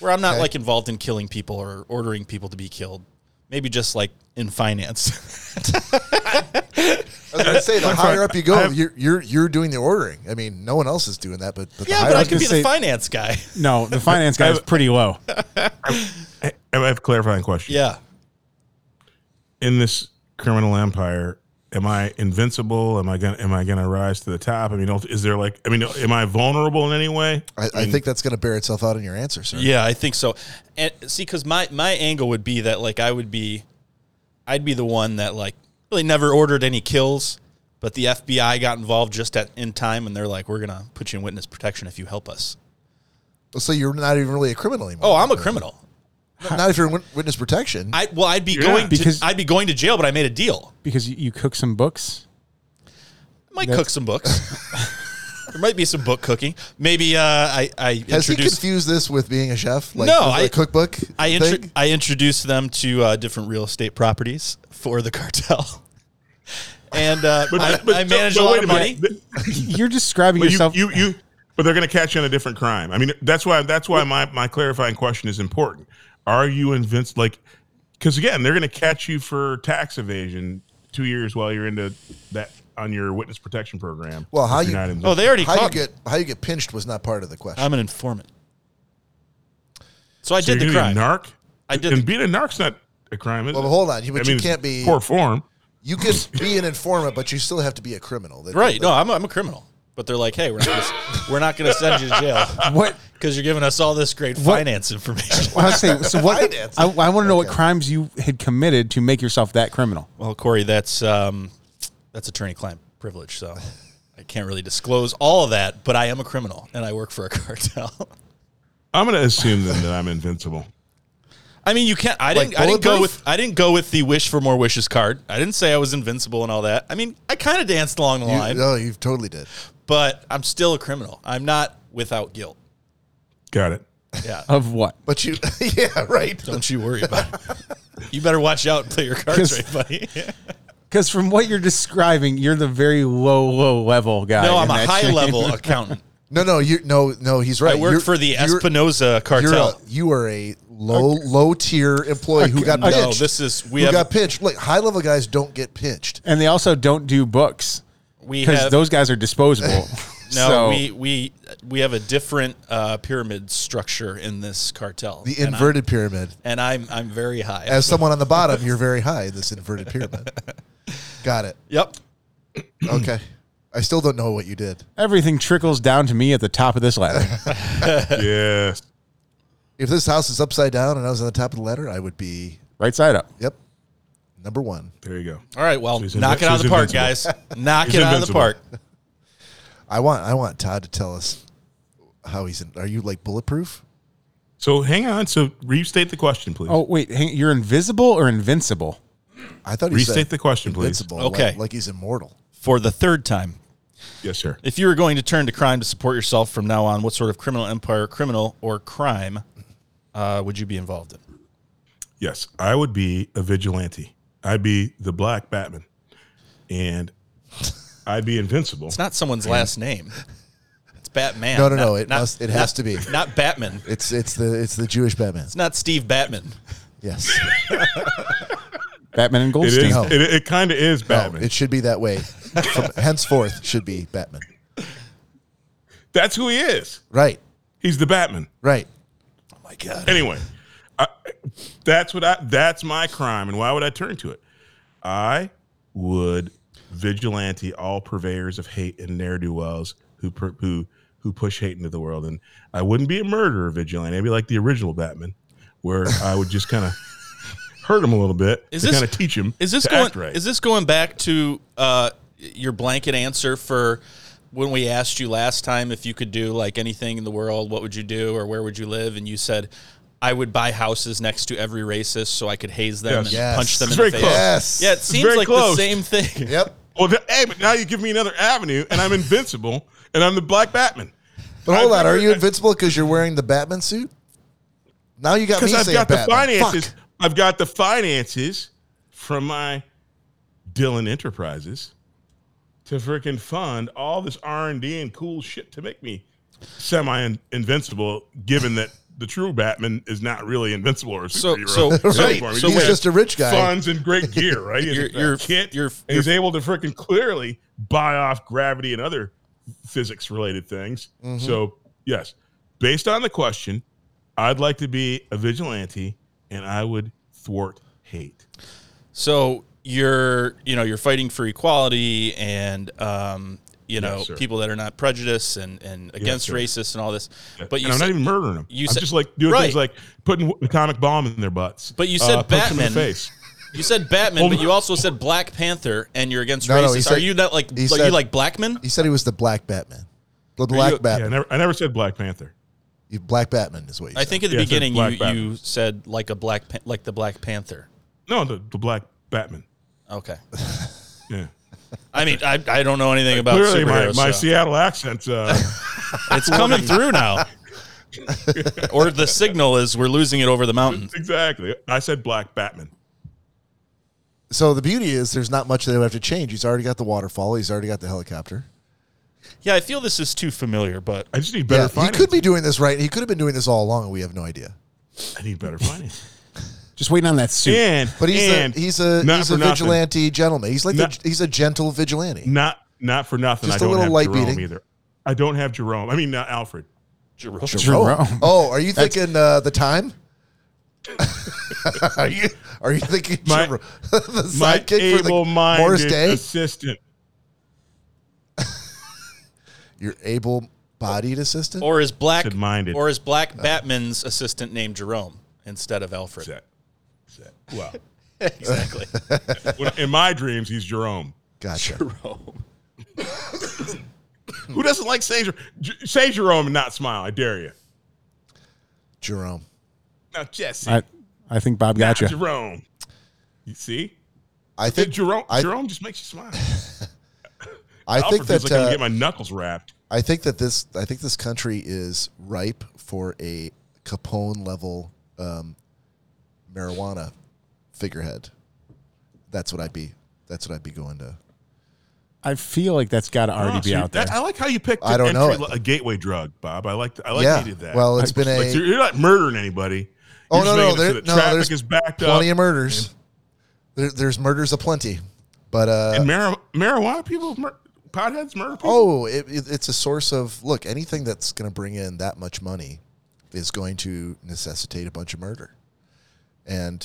[SPEAKER 6] Where I'm not
[SPEAKER 1] Okay.
[SPEAKER 6] like involved in killing people or ordering people to be killed. Maybe just like in finance.
[SPEAKER 1] I was going to say the higher up you go,
[SPEAKER 3] I have-
[SPEAKER 1] you're you're you're doing the ordering. I mean, no one else is doing that, but, but the
[SPEAKER 6] yeah,
[SPEAKER 1] higher
[SPEAKER 6] but I
[SPEAKER 1] up
[SPEAKER 6] could
[SPEAKER 2] gonna
[SPEAKER 6] be
[SPEAKER 2] say-
[SPEAKER 6] the finance guy.
[SPEAKER 2] No, the finance guy is pretty low.
[SPEAKER 3] I I have a clarifying question.
[SPEAKER 6] yeah.
[SPEAKER 3] In this criminal empire, am I invincible? Am I gonna Am I gonna rise to the top? I mean, is there like? I mean, am I vulnerable in any way?
[SPEAKER 1] I, I think that's going to bear itself out in your answer, sir.
[SPEAKER 6] Yeah, I think so. And see, because my my angle would be that like I would be, I'd be the one that like really never ordered any kills, but the FBI got involved just at in time, and they're like, we're gonna put you in witness protection if you help us.
[SPEAKER 1] So you're not even really a criminal anymore.
[SPEAKER 6] Oh, I'm a criminal.
[SPEAKER 1] not if you're in wit- witness protection.
[SPEAKER 6] Oh, I well, I'd be going
[SPEAKER 2] because-
[SPEAKER 6] to I'd be going to jail, but I made a deal.
[SPEAKER 2] Because you, you cook some books.
[SPEAKER 6] I might cook some books. there might be some book cooking. Maybe uh, I I
[SPEAKER 1] Has he
[SPEAKER 6] introduced
[SPEAKER 1] confused this with being a chef? Like,
[SPEAKER 6] No,
[SPEAKER 1] with
[SPEAKER 6] I-
[SPEAKER 1] a cookbook.
[SPEAKER 6] I intro-
[SPEAKER 1] thing?
[SPEAKER 6] I introduced them to uh, different real estate properties for the cartel. And uh, I, I manage a
[SPEAKER 3] but
[SPEAKER 6] lot
[SPEAKER 3] wait
[SPEAKER 6] of money.
[SPEAKER 3] minute.
[SPEAKER 2] You're describing
[SPEAKER 3] But
[SPEAKER 2] yourself.
[SPEAKER 3] You, you, you, but they're going to catch you on a different crime. I mean, that's why that's why my, my clarifying question is important. Are you invincible? Like, because again, they're going to catch you for tax evasion two years while you're into that on your witness protection program.
[SPEAKER 1] Well, how
[SPEAKER 3] if
[SPEAKER 1] you-
[SPEAKER 3] you're not invincible.
[SPEAKER 6] Oh, they already Um,
[SPEAKER 1] how you
[SPEAKER 6] caught me.
[SPEAKER 1] get how you get pinched was not part of the question.
[SPEAKER 6] I'm an informant. So I
[SPEAKER 3] So
[SPEAKER 6] did
[SPEAKER 3] you're
[SPEAKER 6] the
[SPEAKER 3] gonna
[SPEAKER 6] crime.
[SPEAKER 3] be a narc.
[SPEAKER 6] I did
[SPEAKER 3] And
[SPEAKER 6] the-
[SPEAKER 3] being a narc's not a crime. Is
[SPEAKER 1] Well,
[SPEAKER 3] it?
[SPEAKER 1] but hold on, you- but you
[SPEAKER 3] it's
[SPEAKER 1] can't be-
[SPEAKER 3] poor form.
[SPEAKER 1] you can be an informant, but you still have to be a criminal. That-
[SPEAKER 6] right?
[SPEAKER 1] that-
[SPEAKER 6] No, I'm a, I'm a criminal. But they're like, hey, we're not gonna, we're not going to send you to jail
[SPEAKER 2] what?
[SPEAKER 6] because you're giving us all this great finance information.
[SPEAKER 2] Well, I was saying, so what?
[SPEAKER 1] Finance.
[SPEAKER 2] I, want to know what crimes you had committed to make yourself that criminal.
[SPEAKER 6] Well, Corey, that's um, that's attorney-client privilege, so I can't really disclose all of that. But I am a criminal, and I work for a cartel.
[SPEAKER 3] I'm going to assume then that I'm invincible.
[SPEAKER 6] I mean, you can't. I
[SPEAKER 1] Like
[SPEAKER 6] didn't. I didn't go
[SPEAKER 1] bulletproof?
[SPEAKER 6] with. I didn't go with the wish for more wishes card. I didn't say I was invincible and all that. I mean, I kind of danced along the
[SPEAKER 1] you,
[SPEAKER 6] line,
[SPEAKER 1] no, you totally did.
[SPEAKER 6] but I'm still a criminal. I'm not without guilt.
[SPEAKER 3] Got it.
[SPEAKER 6] Yeah.
[SPEAKER 2] Of what?
[SPEAKER 1] But you, yeah, right.
[SPEAKER 6] Don't you worry about it. You better watch out and play your cards right, buddy.
[SPEAKER 2] Because from what you're describing, you're the very low, low level guy.
[SPEAKER 6] no, I'm
[SPEAKER 2] in
[SPEAKER 6] a
[SPEAKER 2] that
[SPEAKER 6] high
[SPEAKER 2] chain.
[SPEAKER 6] level accountant.
[SPEAKER 1] No, no, you, no, no. He's right.
[SPEAKER 6] I work
[SPEAKER 1] You're-
[SPEAKER 6] for the
[SPEAKER 1] you're-
[SPEAKER 6] Espinosa
[SPEAKER 1] You're a,
[SPEAKER 6] cartel.
[SPEAKER 1] you are a low low tier employee who got
[SPEAKER 6] No,
[SPEAKER 1] pinched.
[SPEAKER 6] Oh, this is- we
[SPEAKER 1] who
[SPEAKER 6] have-
[SPEAKER 1] got pinched. Look, high level guys don't get pinched.
[SPEAKER 2] And they also don't do books
[SPEAKER 6] We
[SPEAKER 2] because
[SPEAKER 6] have
[SPEAKER 2] those guys are disposable.
[SPEAKER 6] No,
[SPEAKER 2] So-
[SPEAKER 6] we we we have a different uh, pyramid structure in this cartel.
[SPEAKER 1] The inverted pyramid.
[SPEAKER 6] and I'm I'm very high.
[SPEAKER 1] As someone on the bottom, you're very high in this inverted pyramid. Got it.
[SPEAKER 6] yep.
[SPEAKER 1] Okay. I still don't know what you did.
[SPEAKER 2] Everything trickles down to me at the top of this ladder.
[SPEAKER 3] Yes.
[SPEAKER 1] If this house is upside down and I was on the top of the ladder, I would be,
[SPEAKER 2] right side up.
[SPEAKER 1] yep, number one.
[SPEAKER 3] There you go.
[SPEAKER 6] All right. Well,
[SPEAKER 3] She's invi-
[SPEAKER 6] knock it out of
[SPEAKER 3] she's
[SPEAKER 6] the park, guys.
[SPEAKER 3] invincible.
[SPEAKER 6] Knock
[SPEAKER 3] She's
[SPEAKER 6] it out of the
[SPEAKER 3] invincible.
[SPEAKER 6] park.
[SPEAKER 1] I want I want Todd to tell us how he's in. Are you like bulletproof?
[SPEAKER 3] So hang on. So restate the question, please.
[SPEAKER 2] Oh wait, hang, you're invisible or invincible?
[SPEAKER 1] I thought he
[SPEAKER 3] restate
[SPEAKER 1] said
[SPEAKER 3] the question, please.
[SPEAKER 1] invincible.
[SPEAKER 6] Okay.
[SPEAKER 1] Like, like he's immortal.
[SPEAKER 6] For the third time,
[SPEAKER 3] Yes, sir.
[SPEAKER 6] if you were going to turn to crime to support yourself from now on, what sort of criminal empire, criminal or crime, uh, would you be involved in?
[SPEAKER 3] Yes, I would be a vigilante. I'd be the Black Batman, and I'd be invincible.
[SPEAKER 6] It's not someone's last name. It's Batman.
[SPEAKER 1] No, no,
[SPEAKER 6] not-
[SPEAKER 1] no. It
[SPEAKER 6] not-
[SPEAKER 1] must. It has
[SPEAKER 6] not-
[SPEAKER 1] to be.
[SPEAKER 6] Not Batman. It's
[SPEAKER 1] It's it's the it's the Jewish Batman.
[SPEAKER 6] not Steve Batman.
[SPEAKER 1] Yes.
[SPEAKER 2] Batman and
[SPEAKER 3] It
[SPEAKER 2] Goldstein.
[SPEAKER 3] is.
[SPEAKER 1] No.
[SPEAKER 3] It, it kind of is
[SPEAKER 1] No,
[SPEAKER 3] Batman.
[SPEAKER 1] Oh, it should be that way. From henceforth, should be Batman.
[SPEAKER 3] That's who he is.
[SPEAKER 1] Right.
[SPEAKER 3] He's the Batman.
[SPEAKER 1] Right.
[SPEAKER 6] Oh my God.
[SPEAKER 3] Anyway, I, that's what I. That's my crime, and why would I turn to it? I would vigilante all purveyors of hate and ne'er do wells who per, who who push hate into the world, and I wouldn't be a murderer vigilante. I'd be like the original Batman, where I would just kind of. Hurt him a little bit
[SPEAKER 6] Is
[SPEAKER 3] to
[SPEAKER 6] this-
[SPEAKER 3] kind of teach him.
[SPEAKER 6] Is this
[SPEAKER 3] to
[SPEAKER 6] going?
[SPEAKER 3] act right.
[SPEAKER 6] Is this going back to uh, your blanket answer for when we asked you last time if you could do like anything in the world? What would you do, or where would you live? And you said, "I would buy houses next to every racist so I could haze them
[SPEAKER 3] Yes.
[SPEAKER 6] and
[SPEAKER 1] Yes.
[SPEAKER 6] punch them
[SPEAKER 3] It's
[SPEAKER 6] in
[SPEAKER 3] very
[SPEAKER 6] the face."
[SPEAKER 3] close.
[SPEAKER 1] Yes.
[SPEAKER 6] Yeah, it seems
[SPEAKER 3] very
[SPEAKER 6] like
[SPEAKER 3] close.
[SPEAKER 6] the same thing.
[SPEAKER 1] Yep.
[SPEAKER 3] Well, th- hey, but now you give me another avenue, and I'm invincible, and I'm the Black Batman.
[SPEAKER 1] But hold on.
[SPEAKER 3] I've
[SPEAKER 1] Are
[SPEAKER 3] never-
[SPEAKER 1] you invincible because you're wearing the Batman suit? Now you got me
[SPEAKER 3] Because I've
[SPEAKER 1] saying
[SPEAKER 3] got the
[SPEAKER 1] Batman.
[SPEAKER 3] finances.
[SPEAKER 1] Fuck.
[SPEAKER 3] I've got the finances from my Dylan Enterprises to freaking fund all this R and D and cool shit to make me semi invincible. Given that the true Batman is not really invincible or a
[SPEAKER 6] So-
[SPEAKER 3] superhero.
[SPEAKER 6] so-
[SPEAKER 3] in
[SPEAKER 6] so-
[SPEAKER 3] uniform.
[SPEAKER 6] so
[SPEAKER 3] He
[SPEAKER 1] He's
[SPEAKER 3] has
[SPEAKER 6] wait.
[SPEAKER 1] just a rich guy.
[SPEAKER 3] funds and great gear, right? He has a
[SPEAKER 6] You're-
[SPEAKER 3] great
[SPEAKER 6] you're-
[SPEAKER 3] kit.
[SPEAKER 6] you're-
[SPEAKER 3] and he's able to freaking clearly buy off gravity and other physics related things.
[SPEAKER 6] Mm-hmm.
[SPEAKER 3] So, yes, based on the question, I'd like to be a vigilante and I would thwart hate.
[SPEAKER 6] So you're, you know, you're fighting for equality and, um, you know,
[SPEAKER 3] sir.
[SPEAKER 6] people that are not prejudiced and, and against
[SPEAKER 3] sir.
[SPEAKER 6] racists and all this. But
[SPEAKER 3] But
[SPEAKER 6] you
[SPEAKER 3] and I'm
[SPEAKER 6] said-
[SPEAKER 3] not even murdering them.
[SPEAKER 6] you
[SPEAKER 3] I'm
[SPEAKER 6] said-
[SPEAKER 3] just like doing
[SPEAKER 6] right.
[SPEAKER 3] things like putting the atomic bomb in their butts. Uh,
[SPEAKER 6] But you said
[SPEAKER 3] punch them in
[SPEAKER 6] Batman.
[SPEAKER 3] the face.
[SPEAKER 6] You said Batman,
[SPEAKER 3] Hold
[SPEAKER 6] but
[SPEAKER 3] on.
[SPEAKER 6] you also said Black Panther, and you're against
[SPEAKER 1] No, no, he
[SPEAKER 6] racists.
[SPEAKER 1] said-
[SPEAKER 6] are you not like
[SPEAKER 1] he
[SPEAKER 6] are you
[SPEAKER 1] said-
[SPEAKER 6] like Blackman?
[SPEAKER 1] He said he was the Black Batman. The Black
[SPEAKER 6] you-
[SPEAKER 3] Yeah, I
[SPEAKER 1] Batman.
[SPEAKER 3] never, I never said Black Panther.
[SPEAKER 1] You- Black Batman is what you
[SPEAKER 6] I
[SPEAKER 1] said.
[SPEAKER 6] think at the
[SPEAKER 3] Yeah, I said
[SPEAKER 6] beginning you,
[SPEAKER 3] Black Batman.
[SPEAKER 6] you said like a black Pan- like the Black Panther.
[SPEAKER 3] No, the, the Black Batman.
[SPEAKER 6] Okay,
[SPEAKER 3] Yeah.
[SPEAKER 6] I mean I, I don't know anything about
[SPEAKER 3] Clearly, my,
[SPEAKER 6] superheroes.
[SPEAKER 3] my
[SPEAKER 6] so-
[SPEAKER 3] Seattle accent. Uh,
[SPEAKER 6] it's coming through now. or the signal is we're losing it over the mountain.
[SPEAKER 3] exactly. I said Black Batman.
[SPEAKER 1] So the beauty is there's not much that would have to change. He's already got the waterfall. He's already got the helicopter.
[SPEAKER 6] Yeah, I feel this is too familiar, but
[SPEAKER 3] I just need better
[SPEAKER 1] yeah, he
[SPEAKER 3] finance.
[SPEAKER 1] could be doing this right. He could have been doing this all along, and we have no idea.
[SPEAKER 3] I need better finance.
[SPEAKER 2] Just waiting on that suit.
[SPEAKER 3] and
[SPEAKER 1] But he's
[SPEAKER 3] and
[SPEAKER 1] a he's a
[SPEAKER 3] not
[SPEAKER 1] he's
[SPEAKER 3] for
[SPEAKER 1] a
[SPEAKER 3] nothing.
[SPEAKER 1] vigilante gentleman. He's like
[SPEAKER 3] Not-
[SPEAKER 1] a, he's a gentle vigilante.
[SPEAKER 3] Not not for nothing.
[SPEAKER 1] Just
[SPEAKER 3] I
[SPEAKER 1] a
[SPEAKER 3] don't
[SPEAKER 1] little
[SPEAKER 3] have
[SPEAKER 1] light
[SPEAKER 3] Jerome
[SPEAKER 1] beating.
[SPEAKER 3] either. I don't have Jerome. I mean, not Alfred.
[SPEAKER 2] Jerome.
[SPEAKER 1] Oh, are you thinking uh, the time? are you are you thinking
[SPEAKER 3] My-
[SPEAKER 1] Jerome- the
[SPEAKER 3] My
[SPEAKER 1] sidekick for the Morris
[SPEAKER 3] able-minded
[SPEAKER 1] Day?
[SPEAKER 3] assistant.
[SPEAKER 1] Your able-bodied assistant.
[SPEAKER 6] or is black
[SPEAKER 3] Said minded.
[SPEAKER 6] or is black Batman's assistant named Jerome instead of Alfred?
[SPEAKER 3] Set. Set. Well,
[SPEAKER 6] Exactly.
[SPEAKER 3] when- in my dreams, he's Jerome.
[SPEAKER 1] gotcha.
[SPEAKER 3] Who doesn't like say Jer- J- say Jerome and not smile? I dare you.
[SPEAKER 1] Jerome.
[SPEAKER 3] Now Jesse,
[SPEAKER 6] Oh.
[SPEAKER 2] I, I think Bob got you.
[SPEAKER 3] Jerome. You see,
[SPEAKER 1] I think
[SPEAKER 3] Jerome.
[SPEAKER 1] I,
[SPEAKER 3] Jerome just makes you smile.
[SPEAKER 1] I think
[SPEAKER 3] Alfred feels
[SPEAKER 1] that
[SPEAKER 3] like I'm gonna
[SPEAKER 1] uh,
[SPEAKER 3] get my knuckles wrapped.
[SPEAKER 1] I think that this I think this country is ripe for a Capone level um, marijuana figurehead. That's what I'd be. That's what I'd be going to.
[SPEAKER 2] I feel like that's got to already
[SPEAKER 3] Oh,
[SPEAKER 2] be
[SPEAKER 3] so
[SPEAKER 2] out there.
[SPEAKER 3] that- I like how you picked.
[SPEAKER 1] I
[SPEAKER 3] an
[SPEAKER 1] don't know
[SPEAKER 3] entry-
[SPEAKER 1] it.
[SPEAKER 3] a gateway drug, Bob. I like. I like
[SPEAKER 1] yeah.
[SPEAKER 3] you did that.
[SPEAKER 1] Well, it's been
[SPEAKER 3] Like,
[SPEAKER 1] a
[SPEAKER 3] you're you're not murdering anybody.
[SPEAKER 1] Oh,
[SPEAKER 3] You're just
[SPEAKER 1] no, no,
[SPEAKER 3] making it
[SPEAKER 1] there-
[SPEAKER 3] that
[SPEAKER 1] no, there's
[SPEAKER 3] traffic is backed up.
[SPEAKER 1] plenty of murders. There, there's murders aplenty, but uh,
[SPEAKER 3] and mari- marijuana people mur- potheads murder people?
[SPEAKER 1] Oh, it, it, it's a source of look. Anything that's going to bring in that much money is going to necessitate a bunch of murder, and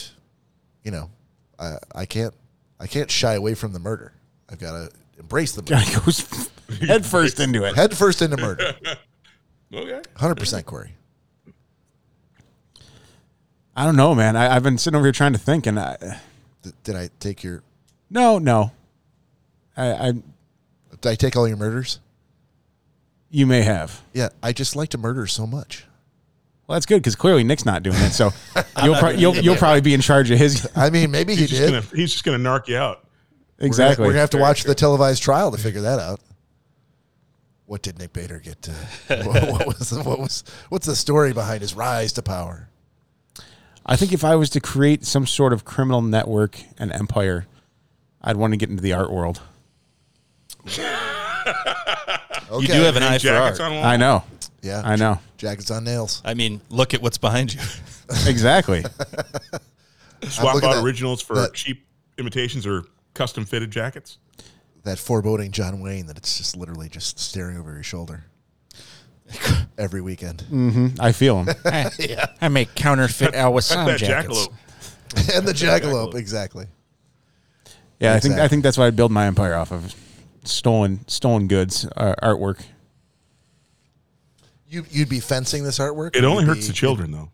[SPEAKER 1] you know, I, I can't I can't shy away from the murder. I've got to embrace the murder.
[SPEAKER 2] Guy goes head first into it.
[SPEAKER 1] head first into murder. Oh,
[SPEAKER 3] Okay.
[SPEAKER 1] Hundred percent, Corey.
[SPEAKER 2] I don't know, man. I, I've been sitting over here trying to think, and I,
[SPEAKER 1] Th- Did I take your?
[SPEAKER 2] no, no. I, I
[SPEAKER 1] Did I take all your murders?
[SPEAKER 2] you may have.
[SPEAKER 1] Yeah, I just like to murder so much.
[SPEAKER 2] Well, that's good because clearly Nick's not doing it, so you'll pro- you'll, you'll probably be in charge of his.
[SPEAKER 1] I mean, maybe he
[SPEAKER 3] He's just
[SPEAKER 1] did.
[SPEAKER 3] gonna he's just gonna narc you out.
[SPEAKER 1] We're gonna-
[SPEAKER 2] exactly.
[SPEAKER 1] We're gonna have to watch the televised trial to figure that out. What did Nick Bader get? To, what, what was the, what was what's the story behind his rise to power?
[SPEAKER 2] I think if I was to create some sort of criminal network and empire, I'd want to get into the art world.
[SPEAKER 1] Okay.
[SPEAKER 6] You do have an eye for
[SPEAKER 3] Jackets
[SPEAKER 6] art.
[SPEAKER 3] on
[SPEAKER 1] Uh,
[SPEAKER 3] one.
[SPEAKER 2] I know.
[SPEAKER 1] yeah,
[SPEAKER 2] I know.
[SPEAKER 1] Jackets on nails.
[SPEAKER 6] I mean, look at what's behind you.
[SPEAKER 2] Exactly.
[SPEAKER 1] I'm
[SPEAKER 3] Swap
[SPEAKER 1] looking
[SPEAKER 3] out
[SPEAKER 1] at-
[SPEAKER 3] originals for
[SPEAKER 1] that-
[SPEAKER 3] cheap imitations or custom fitted jackets.
[SPEAKER 1] That foreboding John Wayne that it's just literally just staring over your shoulder every weekend,
[SPEAKER 3] Mm.
[SPEAKER 2] I feel him.
[SPEAKER 9] I, I make counterfeit Awasam
[SPEAKER 3] That
[SPEAKER 9] jackets.
[SPEAKER 3] jackalope.
[SPEAKER 1] and the jackalope exactly.
[SPEAKER 2] Yeah, I think I
[SPEAKER 1] Exactly.
[SPEAKER 2] think that's what I'd build my empire off of stolen stolen goods, uh, artwork.
[SPEAKER 1] You you'd be fencing this artwork.
[SPEAKER 3] It
[SPEAKER 1] You'd
[SPEAKER 3] only hurts
[SPEAKER 1] be-
[SPEAKER 3] the children though.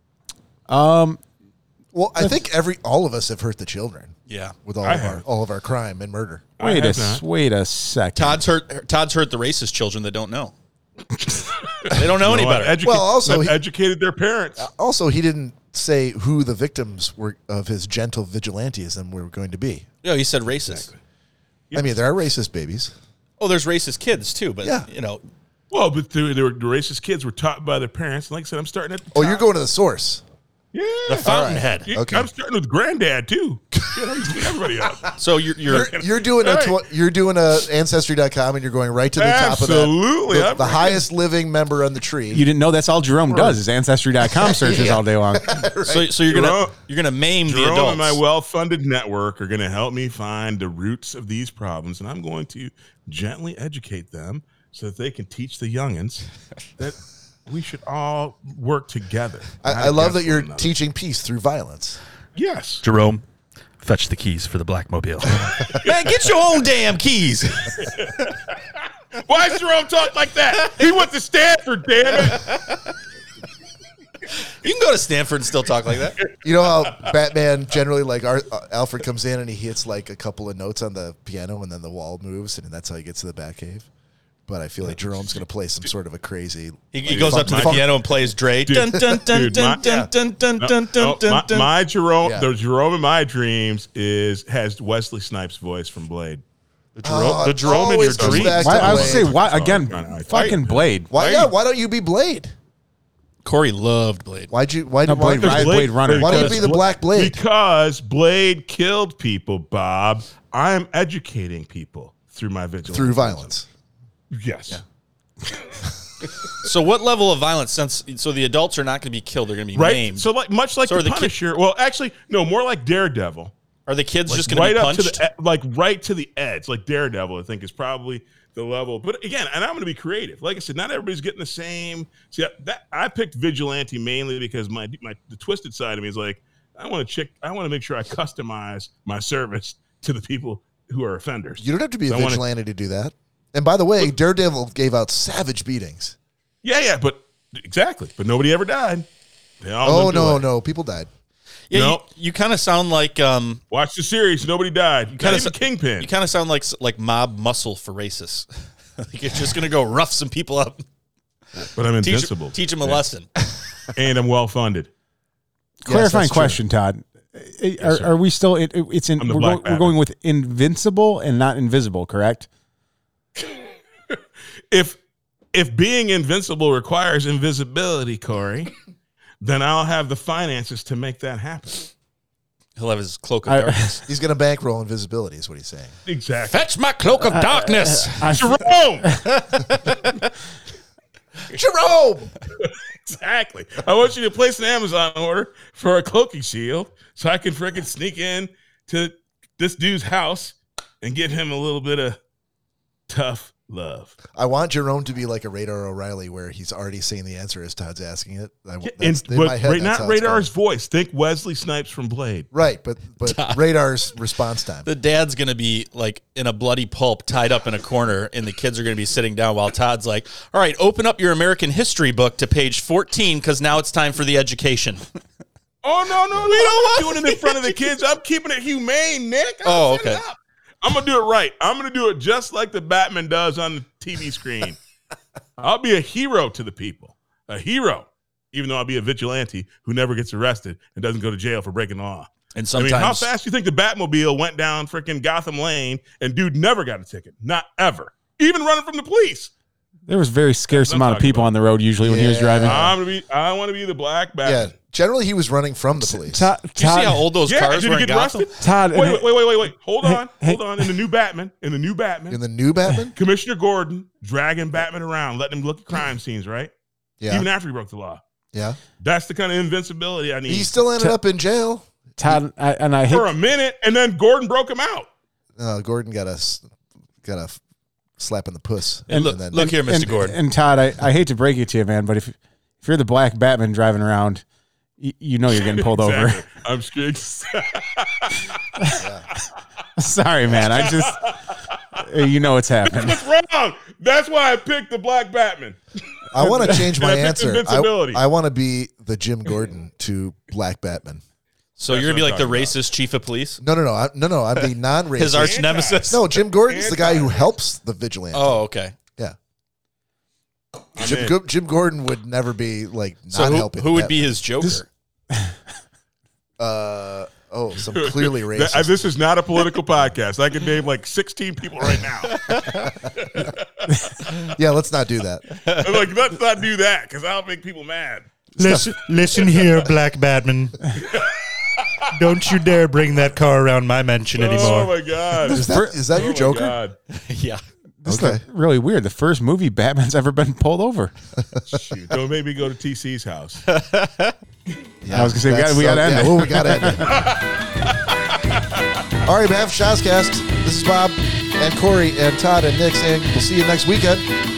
[SPEAKER 1] Well, I think every all of us have hurt the children
[SPEAKER 6] Yeah.
[SPEAKER 1] with all
[SPEAKER 3] I
[SPEAKER 1] of our
[SPEAKER 3] have.
[SPEAKER 1] all of our crime and murder.
[SPEAKER 3] I
[SPEAKER 2] Wait a
[SPEAKER 3] have not.
[SPEAKER 2] wait a second.
[SPEAKER 6] Todd's hurt. Todd's hurt the racist children that don't know. they don't know any
[SPEAKER 3] Well, I've
[SPEAKER 6] better.
[SPEAKER 3] educa-
[SPEAKER 1] Well, also
[SPEAKER 3] I've
[SPEAKER 1] he-
[SPEAKER 3] educated their parents.
[SPEAKER 1] Also, he didn't say who the victims were of his gentle vigilantism were going to be.
[SPEAKER 6] No, he said racist.
[SPEAKER 1] I mean, there are racist babies.
[SPEAKER 6] Oh, there's racist kids too, but
[SPEAKER 1] Yeah.
[SPEAKER 6] you know,
[SPEAKER 3] Well, but the, the, the racist kids were taught by their parents. Like I said, I'm starting at the
[SPEAKER 1] Oh,
[SPEAKER 3] top.
[SPEAKER 1] you're going to the source.
[SPEAKER 3] yeah.
[SPEAKER 6] the fountainhead.
[SPEAKER 3] You-
[SPEAKER 1] Okay.
[SPEAKER 3] I'm starting with granddad too. Shit, I'm just getting everybody up.
[SPEAKER 6] So you're, you're,
[SPEAKER 1] You're, you're doing a tw- you're doing a ancestry.com and you're going right to the top of
[SPEAKER 3] Absolutely.
[SPEAKER 1] that. The,
[SPEAKER 3] I'm
[SPEAKER 1] the
[SPEAKER 3] right.
[SPEAKER 1] highest living member on the tree.
[SPEAKER 2] you didn't know that's all Jerome does is ancestry.com searches all day long.
[SPEAKER 6] so, so you're
[SPEAKER 3] Jerome-
[SPEAKER 6] gonna you're gonna maim the
[SPEAKER 3] Jerome
[SPEAKER 6] adults.
[SPEAKER 3] and my well-funded network are going to help me find the roots of these problems, and I'm going to gently educate them so that they can teach the youngins that we should all work together. not
[SPEAKER 1] I, I love
[SPEAKER 3] against
[SPEAKER 1] that you're
[SPEAKER 3] one another.
[SPEAKER 1] teaching peace through violence.
[SPEAKER 3] Yes,
[SPEAKER 6] Jerome, fetch the keys for the Blackmobile. Man, get your own damn keys.
[SPEAKER 3] why is Jerome talk like that? He went to Stanford, damn it!
[SPEAKER 6] You can go to Stanford and still talk like that.
[SPEAKER 1] You know how Batman generally like Ar- uh, Alfred comes in and he hits like a couple of notes on the piano and then the wall moves and that's how he gets to the Batcave. But I feel like Jerome's going to play some sort of a crazy.
[SPEAKER 6] He, he goes up to the
[SPEAKER 1] Fuck-
[SPEAKER 6] piano and plays Dre. Dun, dun, dun,
[SPEAKER 3] Dude, my-
[SPEAKER 6] dun, dun, dun, dun,
[SPEAKER 3] No,
[SPEAKER 6] dun,
[SPEAKER 3] no,
[SPEAKER 6] dun, dun,
[SPEAKER 3] my,
[SPEAKER 6] dun.
[SPEAKER 3] my Jerome,
[SPEAKER 1] Yeah.
[SPEAKER 3] the Jerome in my dreams is has Wesley Snipes' voice from Blade.
[SPEAKER 10] The Jerome,
[SPEAKER 1] Oh,
[SPEAKER 10] the
[SPEAKER 1] it
[SPEAKER 10] Jerome in your
[SPEAKER 1] always comes
[SPEAKER 10] dreams.
[SPEAKER 1] back to
[SPEAKER 2] Why, I was
[SPEAKER 1] Blade.
[SPEAKER 2] gonna say why again?
[SPEAKER 3] Sorry, John, I-
[SPEAKER 2] fucking Blade.
[SPEAKER 1] Why, yeah, why don't you be Blade?
[SPEAKER 6] Corey loved Blade.
[SPEAKER 1] Why'd you? Why
[SPEAKER 2] No,
[SPEAKER 1] did why,
[SPEAKER 2] Blade, Blade, Blade Runner.
[SPEAKER 1] why don't you
[SPEAKER 3] Because
[SPEAKER 1] be the Black Blade?
[SPEAKER 3] Because Blade killed people, Bob. I'm educating people through my vigilance.
[SPEAKER 1] Through violence.
[SPEAKER 3] Yes.
[SPEAKER 6] So what level of violence? Since so the adults are not going to be killed, they're going to be
[SPEAKER 3] Right?
[SPEAKER 6] maimed.
[SPEAKER 3] So like much like
[SPEAKER 6] So are
[SPEAKER 3] the,
[SPEAKER 6] the kid-
[SPEAKER 3] Punisher. well, actually, no, more like Daredevil.
[SPEAKER 6] are the kids just going
[SPEAKER 3] right
[SPEAKER 6] to be
[SPEAKER 3] up to
[SPEAKER 6] punched?
[SPEAKER 3] the e- like right to the edge. Like Daredevil, I think is probably the level. But again, and I'm going to be creative. Like I said, not everybody's getting the same. See that I picked vigilante mainly because my my the twisted side of me is like I want to check. I want to make sure I customize my service to the people who are offenders.
[SPEAKER 1] You don't have to be a
[SPEAKER 3] I wanna-
[SPEAKER 1] vigilante to do that. And by the way, Daredevil gave out savage beatings.
[SPEAKER 3] Yeah, yeah, but exactly. But nobody ever died. They all
[SPEAKER 1] Oh
[SPEAKER 3] lived
[SPEAKER 1] no,
[SPEAKER 3] away.
[SPEAKER 1] no, people died.
[SPEAKER 6] yeah,
[SPEAKER 3] e- No.
[SPEAKER 6] you, you kind of sound like um,
[SPEAKER 3] Watch the series. Nobody died. Kind
[SPEAKER 6] kinda
[SPEAKER 3] of
[SPEAKER 6] s-
[SPEAKER 3] kingpin.
[SPEAKER 6] you kind of sound like s- like mob muscle for racists. like you're just going to go rough some people up,
[SPEAKER 3] but I'm
[SPEAKER 6] teach,
[SPEAKER 3] invincible.
[SPEAKER 6] teach them a lesson.
[SPEAKER 3] and I'm well funded.
[SPEAKER 2] Clarifying
[SPEAKER 1] that's true.
[SPEAKER 2] question, Todd. Are, are we still? It, it's in.
[SPEAKER 3] I'm the
[SPEAKER 2] We're,
[SPEAKER 3] Black
[SPEAKER 2] going, we're
[SPEAKER 3] Batman.
[SPEAKER 2] going with invincible and not invisible, correct?
[SPEAKER 3] If if being invincible requires invisibility, Corey, then I'll have the finances to make that happen.
[SPEAKER 6] He'll have his cloak of
[SPEAKER 2] I-
[SPEAKER 6] darkness.
[SPEAKER 1] He's going to bankroll invisibility, is what he's saying.
[SPEAKER 3] Exactly.
[SPEAKER 6] Fetch my cloak
[SPEAKER 2] Uh,
[SPEAKER 6] of darkness.
[SPEAKER 2] I,
[SPEAKER 3] Jerome.
[SPEAKER 1] Jerome,
[SPEAKER 3] exactly. I want you to place an Amazon order for a cloaking shield so I can frickin' sneak in to this dude's house and give him a little bit of tough love.
[SPEAKER 1] I want Jerome to be like a Radar O'Reilly, where he's already saying the answer as Todd's asking it. I,
[SPEAKER 3] and
[SPEAKER 1] that's- in my
[SPEAKER 3] but
[SPEAKER 1] head,
[SPEAKER 3] right,
[SPEAKER 1] that's how
[SPEAKER 3] not
[SPEAKER 1] it's going.
[SPEAKER 3] Radar's voice. Think Wesley Snipes from Blade.
[SPEAKER 1] Right, but but Radar's response time.
[SPEAKER 6] The dad's gonna be like in a bloody pulp, tied up in a corner, and the kids are gonna be sitting down while Todd's like, "All right, open up your American history book to page fourteen, because now it's time for the education."
[SPEAKER 3] Oh no, no, we don't want doing it in front of the kids. I'm keeping it humane, Nick. I'm
[SPEAKER 6] Oh,
[SPEAKER 3] setting
[SPEAKER 6] okay.
[SPEAKER 3] it up. I'm gonna do it right. I'm gonna do it just like the Batman does on the TV screen. I'll be a hero to the people, a hero, even though I'll be a vigilante who never gets arrested and doesn't go to jail for breaking the law.
[SPEAKER 6] And
[SPEAKER 3] I mean,
[SPEAKER 6] sometimes,
[SPEAKER 3] how fast you think the Batmobile went down freaking Gotham Lane and dude never got a ticket, not ever, even running from the police.
[SPEAKER 2] There was very scarce
[SPEAKER 3] That's what I'm
[SPEAKER 2] amount of
[SPEAKER 3] talking
[SPEAKER 2] people
[SPEAKER 3] about. Uh,
[SPEAKER 2] on the road usually when he was
[SPEAKER 1] Yeah.
[SPEAKER 2] driving.
[SPEAKER 3] I'm gonna be, I want to be the black
[SPEAKER 1] yeah,
[SPEAKER 3] Batman.
[SPEAKER 1] generally he was running from the police.
[SPEAKER 2] Todd,
[SPEAKER 6] do you see how
[SPEAKER 2] Todd,
[SPEAKER 6] old those
[SPEAKER 3] Yeah,
[SPEAKER 6] cars
[SPEAKER 3] did
[SPEAKER 6] were
[SPEAKER 3] he
[SPEAKER 6] in
[SPEAKER 3] get
[SPEAKER 6] Gotham?
[SPEAKER 3] arrested?
[SPEAKER 2] Todd,
[SPEAKER 3] Wait, wait, wait, wait, wait, wait. Hold
[SPEAKER 2] Hey,
[SPEAKER 3] on,
[SPEAKER 2] hey.
[SPEAKER 3] hold on. In the new Batman, in the new Batman,
[SPEAKER 1] in the new Batman.
[SPEAKER 3] Commissioner Gordon dragging Batman around, letting him look at crime scenes, right?
[SPEAKER 1] Yeah,
[SPEAKER 3] Even after he broke the law.
[SPEAKER 1] yeah.
[SPEAKER 3] That's the kind of invincibility I need
[SPEAKER 1] He still ended
[SPEAKER 2] Todd-
[SPEAKER 1] up in jail.
[SPEAKER 2] Todd, I, and I hate
[SPEAKER 3] for a minute, and then Gordon broke him out.
[SPEAKER 1] Uh, Gordon got a s- got a f- slap in the puss.
[SPEAKER 6] And look, look here, Mr.
[SPEAKER 2] and,
[SPEAKER 6] Gordon.
[SPEAKER 2] And Todd, I, I hate to break it to you, man, but if if you're the black Batman driving around, you, you know you're getting pulled over.
[SPEAKER 3] Exactly. I'm scared.
[SPEAKER 2] Sorry, man. I just you know it's happened.
[SPEAKER 3] What's wrong? That's why I picked the black Batman.
[SPEAKER 1] I want to change my
[SPEAKER 3] And I picked
[SPEAKER 1] answer. I,
[SPEAKER 3] invincibility.
[SPEAKER 1] I want to be the Jim Gordon to Black Batman.
[SPEAKER 6] So you're
[SPEAKER 3] That's
[SPEAKER 6] gonna be
[SPEAKER 3] what
[SPEAKER 6] like the
[SPEAKER 3] I'm talking
[SPEAKER 6] racist chief of police,
[SPEAKER 1] No, no, no, I, no, no. I'm the non-racist.
[SPEAKER 6] his arch nemesis.
[SPEAKER 1] no, Jim Gordon's the guy who helps the vigilante.
[SPEAKER 6] Oh, okay.
[SPEAKER 1] Yeah.
[SPEAKER 3] I'm
[SPEAKER 1] Jim,
[SPEAKER 3] in.
[SPEAKER 1] Go- Jim Gordon would never be like not
[SPEAKER 6] So who,
[SPEAKER 1] helping.
[SPEAKER 6] who would
[SPEAKER 1] Batman.
[SPEAKER 6] be his Joker?
[SPEAKER 1] Uh, oh, some clearly
[SPEAKER 3] Th- uh,
[SPEAKER 1] racist.
[SPEAKER 3] This is not a political podcast. I could name like 16 people right now.
[SPEAKER 1] yeah, let's not do that.
[SPEAKER 3] I'm like, let's not do that because I'll make people mad.
[SPEAKER 9] Listen, listen here, Black Batman. Don't you dare bring that car around my mansion
[SPEAKER 3] Oh
[SPEAKER 9] anymore.
[SPEAKER 3] my god!
[SPEAKER 1] Is that, is that
[SPEAKER 3] Oh
[SPEAKER 1] your
[SPEAKER 3] my
[SPEAKER 1] Joker?
[SPEAKER 3] God.
[SPEAKER 6] yeah.
[SPEAKER 2] This
[SPEAKER 1] Okay.
[SPEAKER 2] is really weird. The first movie Batman's ever been pulled over.
[SPEAKER 3] Shoot, don't make me go to TC's house.
[SPEAKER 1] Yeah,
[SPEAKER 2] I was gonna say, we
[SPEAKER 1] that's
[SPEAKER 2] gotta- we
[SPEAKER 1] so-
[SPEAKER 2] gotta end
[SPEAKER 1] yeah,
[SPEAKER 2] it.
[SPEAKER 1] well, we gotta end it. All right, man. Shazcast. This is Bob and Corey and Todd and Nick, and we'll see you next weekend.